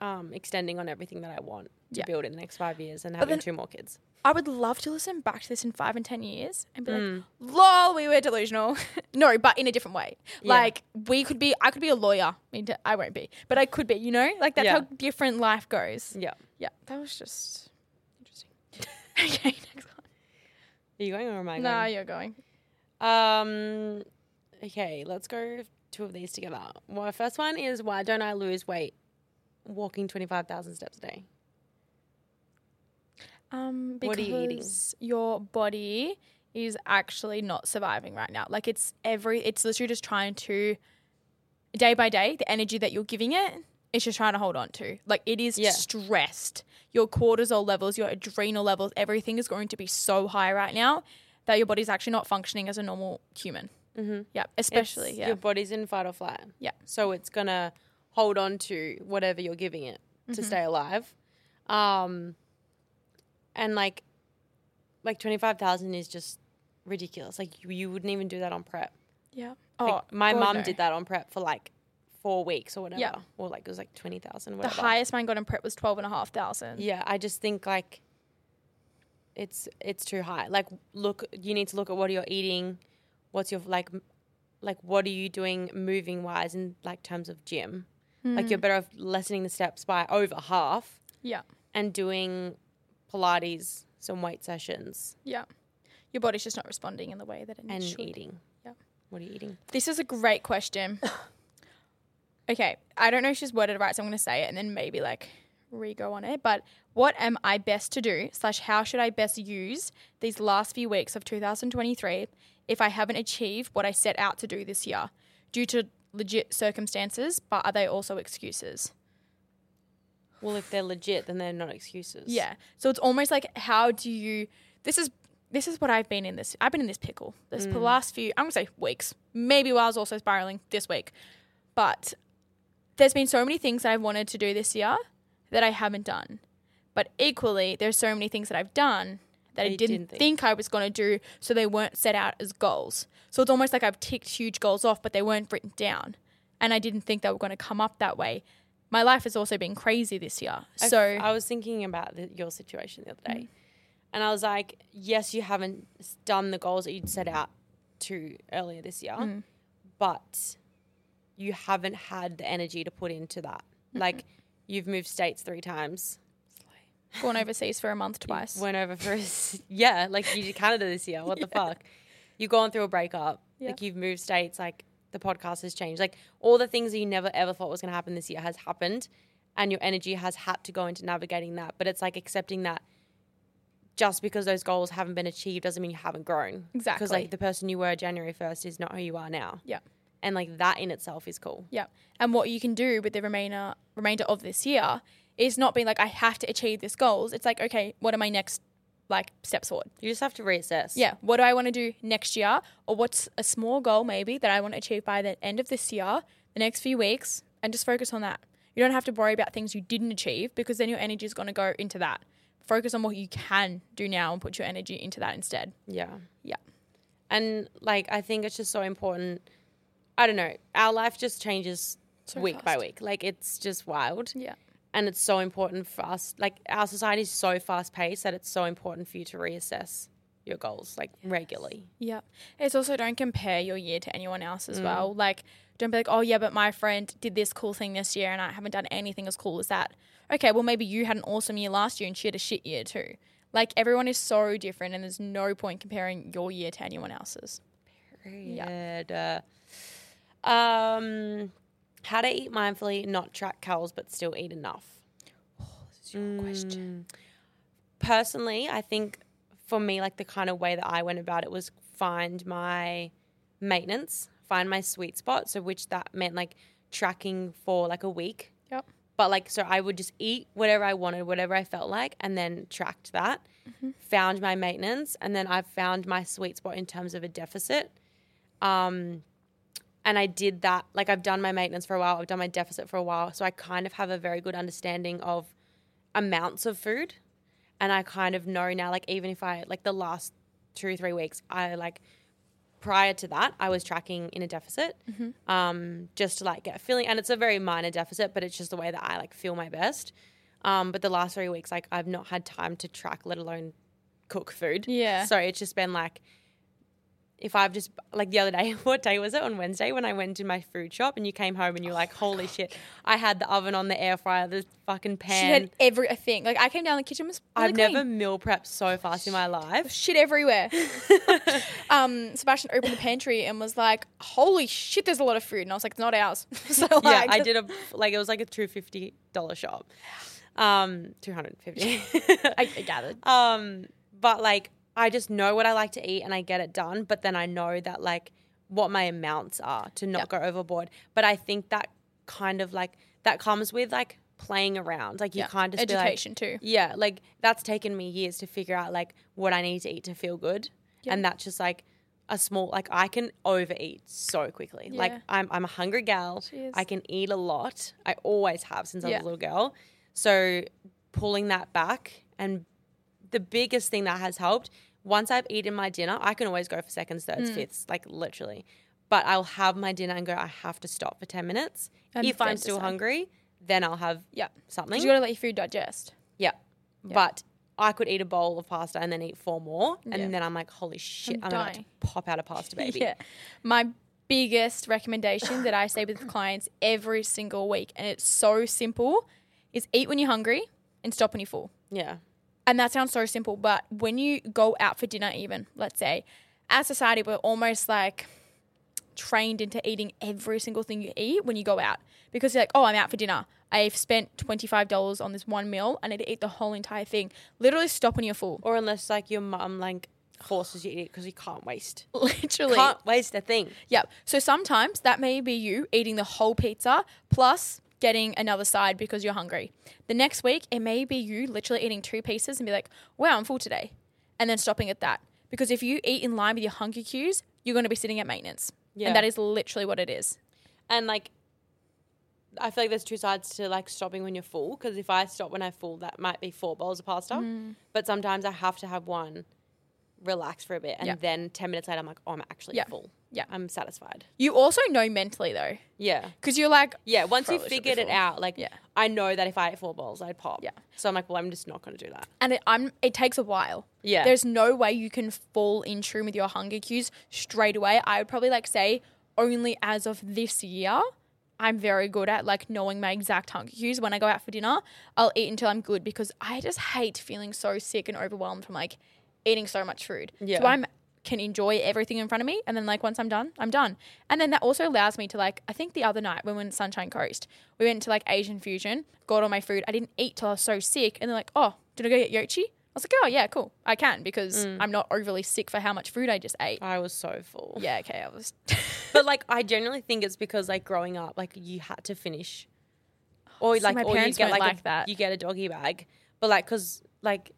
Speaker 1: um, extending on everything that I want to
Speaker 2: Yeah.
Speaker 1: build in the next five years and having
Speaker 2: then-
Speaker 1: two more kids.
Speaker 2: I would love to listen back to this in five and ten years and be
Speaker 1: Mm.
Speaker 2: like, "Lol, we were delusional." no, but in a different way.
Speaker 1: Hmm. Yeah.
Speaker 2: Like we could be. I could be a lawyer. I, mean, I won't be, but I could be. You know, like that's
Speaker 1: Yeah.
Speaker 2: how different life goes.
Speaker 1: Yeah.
Speaker 2: Yeah, that was just interesting. okay, next one.
Speaker 1: Are you going or am I going?
Speaker 2: No, you're going.
Speaker 1: Um, okay, let's go two of these together. Well, first one is why don't I lose weight walking 25,000 steps a day?
Speaker 2: Um, because
Speaker 1: What are you eating?
Speaker 2: your body is actually not surviving right now. Like it's every, it's literally just trying to, day by day, the energy that you're giving it, it's just trying to hold on to. Like it is
Speaker 1: Yeah.
Speaker 2: stressed. Your cortisol levels, your adrenal levels, everything is going to be so high right now that your body's actually not functioning as a normal human.
Speaker 1: Mm-hmm.
Speaker 2: Yeah, especially yeah.
Speaker 1: Your body's in fight or flight.
Speaker 2: Yeah.
Speaker 1: So it's going to hold on to whatever you're giving it
Speaker 2: Mm-hmm.
Speaker 1: to stay alive. Um, and like, like 25,000 is just ridiculous. Like, you, you wouldn't even do that on prep.
Speaker 2: yeah. Oh,
Speaker 1: Like, my
Speaker 2: God,
Speaker 1: mum
Speaker 2: no.
Speaker 1: did that on prep for like four weeks or whatever.
Speaker 2: Yeah.
Speaker 1: Or like, it was like 20,000,
Speaker 2: The
Speaker 1: whatever.
Speaker 2: highest mine got in prep was twelve and a half thousand.
Speaker 1: Yeah, I just think like it's it's too high. Like look, you need to look at what you're eating, what's your like m- like what are you doing moving wise in like terms of gym?
Speaker 2: Hmm.
Speaker 1: Like you're better off lessening the steps by over half
Speaker 2: Mm. Yeah.
Speaker 1: and doing pilates, some weight sessions
Speaker 2: Yeah. Your body's just not responding in the way that it
Speaker 1: and
Speaker 2: should.
Speaker 1: eating.
Speaker 2: Yeah.
Speaker 1: What are you eating?
Speaker 2: This is a great question. okay, I don't know if she's worded it right, so I'm going to say it and then maybe like re-go on it. But what am I best to do? Slash, how should I best use these last few weeks of 2023 if I haven't achieved what I set out to do this year due to legit circumstances? But are they also excuses?
Speaker 1: Well, if they're legit, then they're not excuses.
Speaker 2: Yeah. So it's almost like how do you this is this is what I've been in this I've been in this pickle this
Speaker 1: Mm.
Speaker 2: the last few I'm gonna say weeks. Maybe while I was also spiraling this week. But there's been so many things that I've wanted to do this year that I haven't done. But equally there's so many things that I've done that I
Speaker 1: That you
Speaker 2: didn't,
Speaker 1: didn't
Speaker 2: think.
Speaker 1: think.
Speaker 2: I was gonna do, so they weren't set out as goals. So it's almost like I've ticked huge goals off, but they weren't written down. And I didn't think they were gonna come up that way. My life has also been crazy this year.
Speaker 1: I f-
Speaker 2: So
Speaker 1: I was thinking about the, your situation the other day, and I was like, yes, you haven't s- done the goals that you'd set out to earlier this year, but you haven't had the energy to put into that. Like, you've moved states three times,
Speaker 2: gone overseas for a month twice.
Speaker 1: went over for a s- yeah, like you did Canada this year. What the fuck? You've gone through a breakup,
Speaker 2: Yeah.
Speaker 1: like you've moved states, like the podcast has changed, like all the things that you never ever thought was going to happen this year has happened, and your energy has had to go into navigating that. But it's like accepting that just because those goals haven't been achieved doesn't mean you haven't grown.
Speaker 2: Exactly.
Speaker 1: Because like the person you were January first is not who you are now,
Speaker 2: yeah,
Speaker 1: and like that in itself is cool.
Speaker 2: yeah. And what you can do with the remainder remainder of this year is not being like I have to achieve this goals. It's like okay, what are my next like steps forward?
Speaker 1: You just have to reassess.
Speaker 2: Yeah, what do I want to do next year, or what's a small goal maybe that I want to achieve by the end of this year, the next few weeks, and just focus on that. You don't have to worry about things you didn't achieve because then your energy is going to go into that. Focus on what you can do now and put your energy into that instead.
Speaker 1: yeah.
Speaker 2: Yeah.
Speaker 1: And like I think it's just so important. I don't know. Our life just changes
Speaker 2: So
Speaker 1: week by
Speaker 2: fast.
Speaker 1: week. Like it's just wild.
Speaker 2: Yeah.
Speaker 1: And it's so important for us. Like our society is so fast paced that it's so important for you to reassess your goals like regularly.
Speaker 2: Yeah. It's also don't compare your year to anyone else
Speaker 1: Mm.
Speaker 2: as well. Like, don't be like, oh, yeah, but my friend did this cool thing this year and I haven't done anything as cool as that. Okay, well, maybe you had an awesome year last year and she had a shit year too. Like, everyone is so different and there's no point comparing your year to anyone else's.
Speaker 1: Period. Uh, um, how to eat mindfully, not track calories, but still eat enough.
Speaker 2: That's your question.
Speaker 1: personally, I think for me, like the kind of way that I went about it was find my maintenance, find my sweet spot. So, which that meant like tracking for like a week.
Speaker 2: Yep.
Speaker 1: But like, so I would just eat whatever I wanted, whatever I felt like, and then tracked that, found my maintenance, and then I found my sweet spot in terms of a deficit. Um, and I did that. Like, I've done my maintenance for a while, I've done my deficit for a while. So, I kind of have a very good understanding of amounts of food and I kind of know now, like even if I like the last two three weeks, I like prior to that, I was tracking in a deficit um, just to like get a feeling. And it's a very minor deficit, but it's just the way that I like feel my best. Um, but the last three weeks, like I've not had time to track, let alone cook food.
Speaker 2: Yeah.
Speaker 1: So it's just been like, if I've just like the other day, what day was it? On Wednesday when I went to my food shop and you came home and you were like,
Speaker 2: Oh
Speaker 1: holy shit, I had the oven on, the air fryer, the fucking
Speaker 2: She
Speaker 1: pan.
Speaker 2: had everything. Like I came down the kitchen was really
Speaker 1: I've
Speaker 2: clean.
Speaker 1: never meal prepped so fast in my life.
Speaker 2: shit everywhere. um, Sebastian opened the pantry and was like, "Holy shit, there's a lot of food." And I was like, "It's not ours." so like,
Speaker 1: yeah, I did a like it was like a two fifty dollar shop, um, two hundred fifty.
Speaker 2: I, I gathered.
Speaker 1: um, but like I just know what I like to eat and I get it done. But then I know that like what my amounts are to not go overboard. But I think that kind of like that comes with like playing around. Like you
Speaker 2: Yeah.
Speaker 1: can't just
Speaker 2: education
Speaker 1: be
Speaker 2: too.
Speaker 1: like, yeah, like that's taken me years to figure out like what I need to eat to feel good, and that's just like. A small like I can overeat so quickly. Like
Speaker 2: Yeah.
Speaker 1: I'm I'm a hungry gal.
Speaker 2: She is.
Speaker 1: I can eat a lot. I always have since I
Speaker 2: Yeah.
Speaker 1: was a little girl. So pulling that back and the biggest thing that has helped once I've eaten my dinner, I can always go for seconds,
Speaker 2: Mm.
Speaker 1: thirds, fifths, like literally. But I'll have my dinner and go, I have to stop for 10 minutes.
Speaker 2: And
Speaker 1: if
Speaker 2: then
Speaker 1: I'm still
Speaker 2: decide.
Speaker 1: hungry, then I'll have
Speaker 2: Yeah, 'Cause
Speaker 1: something.
Speaker 2: you gotta let your food digest.
Speaker 1: yeah. But I could eat a bowl of pasta and then eat four more. And
Speaker 2: Yeah.
Speaker 1: then I'm like, holy shit,
Speaker 2: I'm
Speaker 1: I'm, about to
Speaker 2: dying.
Speaker 1: pop out a pasta baby.
Speaker 2: Yeah. My biggest recommendation that I say with clients every single week, and it's so simple, is eat when you're hungry and stop when you're full.
Speaker 1: yeah.
Speaker 2: and that sounds so simple, but when you go out for dinner, even let's say, as society, we're almost like trained into eating every single thing you eat when you go out because you're like, oh, I'm out for dinner. I've spent twenty five dollars on this one meal. I need to eat the whole entire thing. Literally, stop when you're full.
Speaker 1: Or unless like your mum like forces you to eat it because you can't waste.
Speaker 2: Literally,
Speaker 1: Can't waste a thing.
Speaker 2: Yep. So sometimes that may be you eating the whole pizza plus getting another side because you're hungry. The next week, it may be you literally eating two pieces and be like, wow, I'm full today. And then stopping at that. Because if you eat in line with your hunger cues, you're going to be sitting at maintenance.
Speaker 1: Yeah.
Speaker 2: And that is literally what it is.
Speaker 1: and like I feel like there's two sides to like stopping when you're full because if I stop when I'm full, that might be four bowls of pasta. But sometimes I have to have one, relax for a bit, and
Speaker 2: Yeah.
Speaker 1: then ten minutes later I'm like, oh, I'm actually
Speaker 2: Yeah.
Speaker 1: full.
Speaker 2: Yeah.
Speaker 1: I'm satisfied.
Speaker 2: You also know mentally, though,
Speaker 1: Yeah,
Speaker 2: because you're like,
Speaker 1: yeah. Once you
Speaker 2: Probably should be
Speaker 1: figured it
Speaker 2: full.
Speaker 1: out, like
Speaker 2: Yeah.
Speaker 1: I know that if I ate four bowls, I'd pop.
Speaker 2: Yeah.
Speaker 1: So I'm like, well, I'm just not gonna do that.
Speaker 2: and it, I'm, it takes a while.
Speaker 1: Yeah.
Speaker 2: There's no way you can fall in tune with your hunger cues straight away. I would probably like say only as of this year, I'm very good at like knowing my exact hunger cues. When I go out for dinner, I'll eat until I'm good because I just hate feeling so sick and overwhelmed from like eating so much food.
Speaker 1: Yeah.
Speaker 2: So I'm can enjoy everything in front of me and then like once I'm done, I'm done. And then that also allows me to like I think the other night when we went to Sunshine Coast, we went to like Asian fusion, got all my food. I didn't eat till I was so sick and they're like, Oh, did I go get Yochi? I was like, Oh yeah, cool. I can because
Speaker 1: Mm.
Speaker 2: I'm not overly sick for how much food I just ate.
Speaker 1: I was so full.
Speaker 2: Yeah, okay, I was
Speaker 1: But like, I generally think it's because like growing up, like you had to finish, or
Speaker 2: See,
Speaker 1: like,
Speaker 2: my
Speaker 1: or you
Speaker 2: parents
Speaker 1: get like,
Speaker 2: weren't
Speaker 1: a-
Speaker 2: like that.
Speaker 1: you get a doggy bag. But like, cause like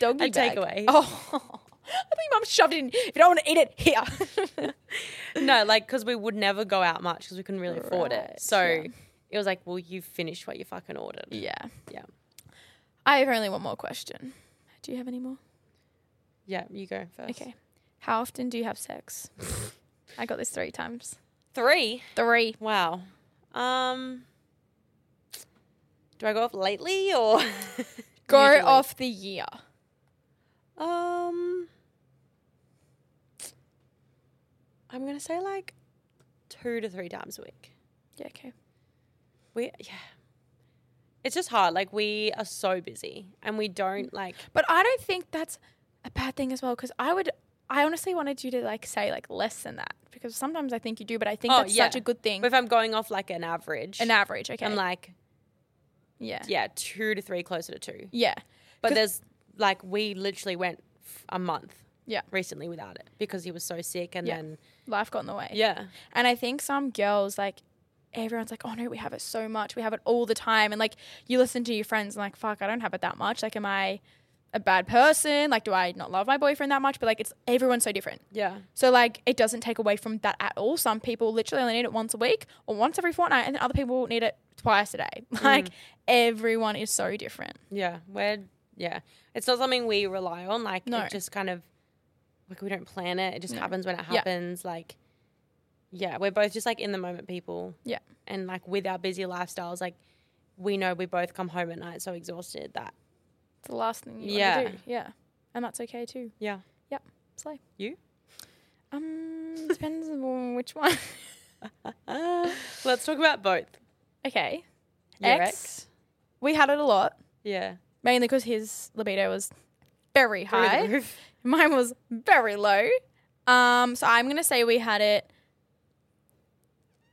Speaker 2: doggy
Speaker 1: A
Speaker 2: bag.
Speaker 1: takeaway.
Speaker 2: Oh I think mum shoved it in. If you don't want to eat it, here.
Speaker 1: No, like because we would never go out much because we couldn't really afford
Speaker 2: Right,
Speaker 1: it. So
Speaker 2: yeah.
Speaker 1: it was like, well, you finished what you fucking ordered.
Speaker 2: yeah.
Speaker 1: Yeah.
Speaker 2: I have only one more question. Do you have any more?
Speaker 1: Yeah, you go first.
Speaker 2: Okay. How often do you have sex? I got this three times.
Speaker 1: three.
Speaker 2: Three.
Speaker 1: Wow. Um, do I go off lately or
Speaker 2: Go
Speaker 1: Usually.
Speaker 2: off the year.
Speaker 1: Um, I'm gonna say like two to three times a week.
Speaker 2: Yeah, okay.
Speaker 1: We yeah. It's just hard. Like we are so busy, and we don't like.
Speaker 2: But I don't think that's a bad thing as well because I would, I honestly wanted you to like say like less than that because sometimes I think you do, but I think
Speaker 1: Oh,
Speaker 2: that's such
Speaker 1: yeah.
Speaker 2: a good thing.
Speaker 1: If I'm going off like an average,
Speaker 2: Mm-hmm. An average, okay.
Speaker 1: I'm like
Speaker 2: yeah.
Speaker 1: yeah, two to three, closer to two.
Speaker 2: Yeah.
Speaker 1: But
Speaker 2: 'Cause-
Speaker 1: there's like we literally went f- a month,
Speaker 2: Yeah.
Speaker 1: recently without it because he was so sick, and
Speaker 2: Yeah.
Speaker 1: then
Speaker 2: Life got in the way.
Speaker 1: yeah,
Speaker 2: And I think some girls like, everyone's like, oh no, we have it so much. We have it all the time. And like, you listen to your friends and like, fuck, I don't have it that much. Like, am I a bad person? Like, do I not love my boyfriend that much? But like, it's everyone's so different.
Speaker 1: yeah,
Speaker 2: So like it doesn't take away from that at all. Some people literally only need it once a week or once every fortnight, and then other people need it twice a day. Like everyone is so different.
Speaker 1: yeah. We're yeah, it's not something we rely on. Like
Speaker 2: No.
Speaker 1: it just kind of like we don't plan it. It just
Speaker 2: No.
Speaker 1: happens when it
Speaker 2: Yeah.
Speaker 1: happens. Like, yeah, we're both just like in the moment people.
Speaker 2: Yeah.
Speaker 1: And like with our busy lifestyles, like we know we both come home at night so exhausted that
Speaker 2: It's the last thing you
Speaker 1: Yeah.
Speaker 2: want to do. Yeah. And that's okay too.
Speaker 1: yeah.
Speaker 2: Slay.
Speaker 1: You?
Speaker 2: Um, depends on which one.
Speaker 1: Let's talk about both.
Speaker 2: Okay.
Speaker 1: Your
Speaker 2: Ex. We had it a lot,
Speaker 1: Yeah.
Speaker 2: mainly because his libido was very
Speaker 1: Through the
Speaker 2: high.
Speaker 1: roof.
Speaker 2: Mine was very low. Um, so I'm gonna say we had it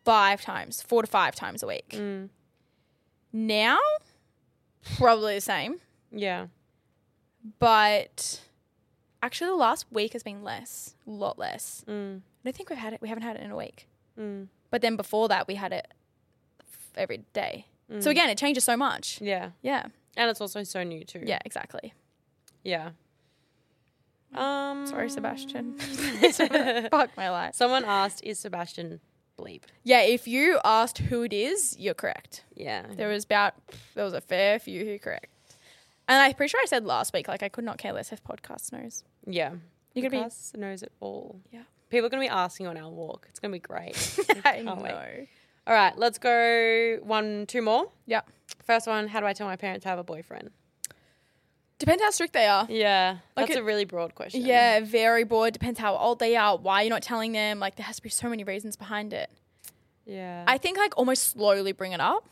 Speaker 2: five times, four to five times a week.
Speaker 1: Mm.
Speaker 2: Now, probably the same,
Speaker 1: Yeah.
Speaker 2: but actually the last week has been less, a lot less.
Speaker 1: Mm.
Speaker 2: I don't think we've had it. We haven't had it in a week.
Speaker 1: Mm.
Speaker 2: But then before that, we had it f- every day. So again, it changes so much.
Speaker 1: Yeah.
Speaker 2: Yeah.
Speaker 1: And it's also so new too.
Speaker 2: Yeah. Exactly.
Speaker 1: Yeah. Um
Speaker 2: Sorry, Sebastian. Fuck my life.
Speaker 1: Someone asked, is Sebastian bleep?
Speaker 2: Yeah. If you asked who it is, you're correct.
Speaker 1: Yeah.
Speaker 2: There was about there was a fair few who correct. And I'm pretty sure I said last week, like I could not care less if podcast knows.
Speaker 1: Yeah.
Speaker 2: You could be
Speaker 1: Cass knows it all.
Speaker 2: Yeah.
Speaker 1: People are going to be asking on our walk. It's going to be great.
Speaker 2: I
Speaker 1: Can't wait.
Speaker 2: know.
Speaker 1: all right, let's go one, two more.
Speaker 2: Yeah.
Speaker 1: First one, how do I tell my parents I have a boyfriend?
Speaker 2: Depends how strict they are.
Speaker 1: Yeah.
Speaker 2: Like
Speaker 1: that's
Speaker 2: it-
Speaker 1: a really broad question.
Speaker 2: Yeah, very bored. Depends how old they are, why you're not telling them. Like there has to be so many reasons behind it.
Speaker 1: Yeah.
Speaker 2: I think like almost slowly bring it up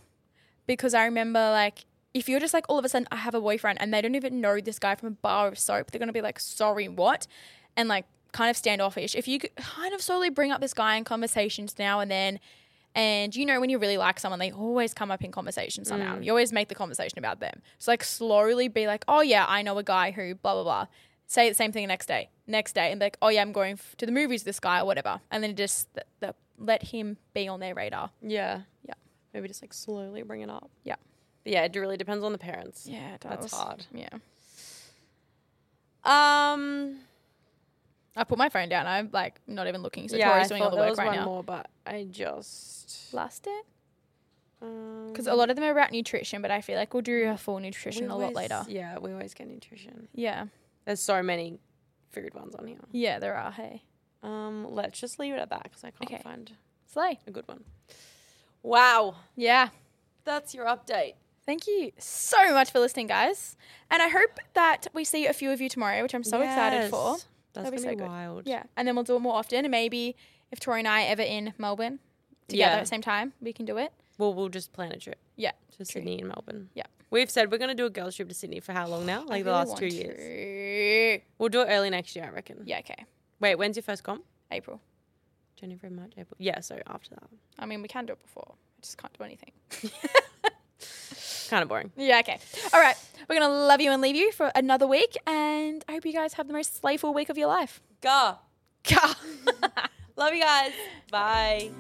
Speaker 2: because I remember like if you're just like all of a sudden I have a boyfriend and they don't even know this guy from a bar of soap, they're gonna be like, sorry, what? And like kind of standoffish. If you could kind of slowly bring up this guy in conversations now and then, and you know when you really like someone, they always come up in conversation somehow. You always make the conversation about them. So like slowly be like, oh yeah, I know a guy who blah blah blah. Say the same thing next day, next day, and be like, oh yeah, I'm going f- to the movies with this guy or whatever, and then just th- th- let him be on their radar.
Speaker 1: yeah.
Speaker 2: Yeah.
Speaker 1: Maybe just like slowly bring it up.
Speaker 2: Yeah.
Speaker 1: But yeah, it really depends on the parents.
Speaker 2: Yeah, it
Speaker 1: That's
Speaker 2: does.
Speaker 1: hard.
Speaker 2: Yeah.
Speaker 1: Um,
Speaker 2: I put my phone down. I'm like not even looking. So
Speaker 1: yeah, I
Speaker 2: Tori's doing all
Speaker 1: thought
Speaker 2: the
Speaker 1: there
Speaker 2: work
Speaker 1: was
Speaker 2: right
Speaker 1: one
Speaker 2: now.
Speaker 1: more, but I just.
Speaker 2: Blast it.
Speaker 1: um,
Speaker 2: Because a lot of them are about nutrition, but I feel like we'll do a full
Speaker 1: we
Speaker 2: nutrition a lot
Speaker 1: always-
Speaker 2: later.
Speaker 1: Yeah, we always get nutrition.
Speaker 2: Yeah.
Speaker 1: There's so many food ones on here.
Speaker 2: Yeah, there are. Hey.
Speaker 1: Um, let's just leave it at that because I can't
Speaker 2: Okay.
Speaker 1: find
Speaker 2: Slay.
Speaker 1: a good one. Wow,
Speaker 2: Yeah.
Speaker 1: that's your update.
Speaker 2: Thank you so much for listening, guys. And I hope that we see a few of you tomorrow, which I'm so excited for.
Speaker 1: That's
Speaker 2: That'll be
Speaker 1: gonna
Speaker 2: so
Speaker 1: be
Speaker 2: good.
Speaker 1: wild.
Speaker 2: Yeah. And then we'll do it more often. And maybe if Tori and I are ever in Melbourne together
Speaker 1: Yeah.
Speaker 2: at the same time, we can do it.
Speaker 1: Well, we'll just plan a trip
Speaker 2: Yeah.
Speaker 1: to Sydney and Melbourne.
Speaker 2: Yeah.
Speaker 1: We've said we're gonna do a girls trip to Sydney for how long now? Like the last two years.
Speaker 2: years.
Speaker 1: We'll do it early next year, I reckon.
Speaker 2: Yeah, okay.
Speaker 1: Wait, when's your first comp?
Speaker 2: April.
Speaker 1: January, March, April. Yeah, so after that.
Speaker 2: I mean, we can do it before. I just can't do anything.
Speaker 1: Kind of boring.
Speaker 2: Yeah, okay. All right. We're going to love you and leave you for another week. And I hope you guys have the most slayful week of your life.
Speaker 1: Go.
Speaker 2: Gah.
Speaker 1: Love you guys. Bye.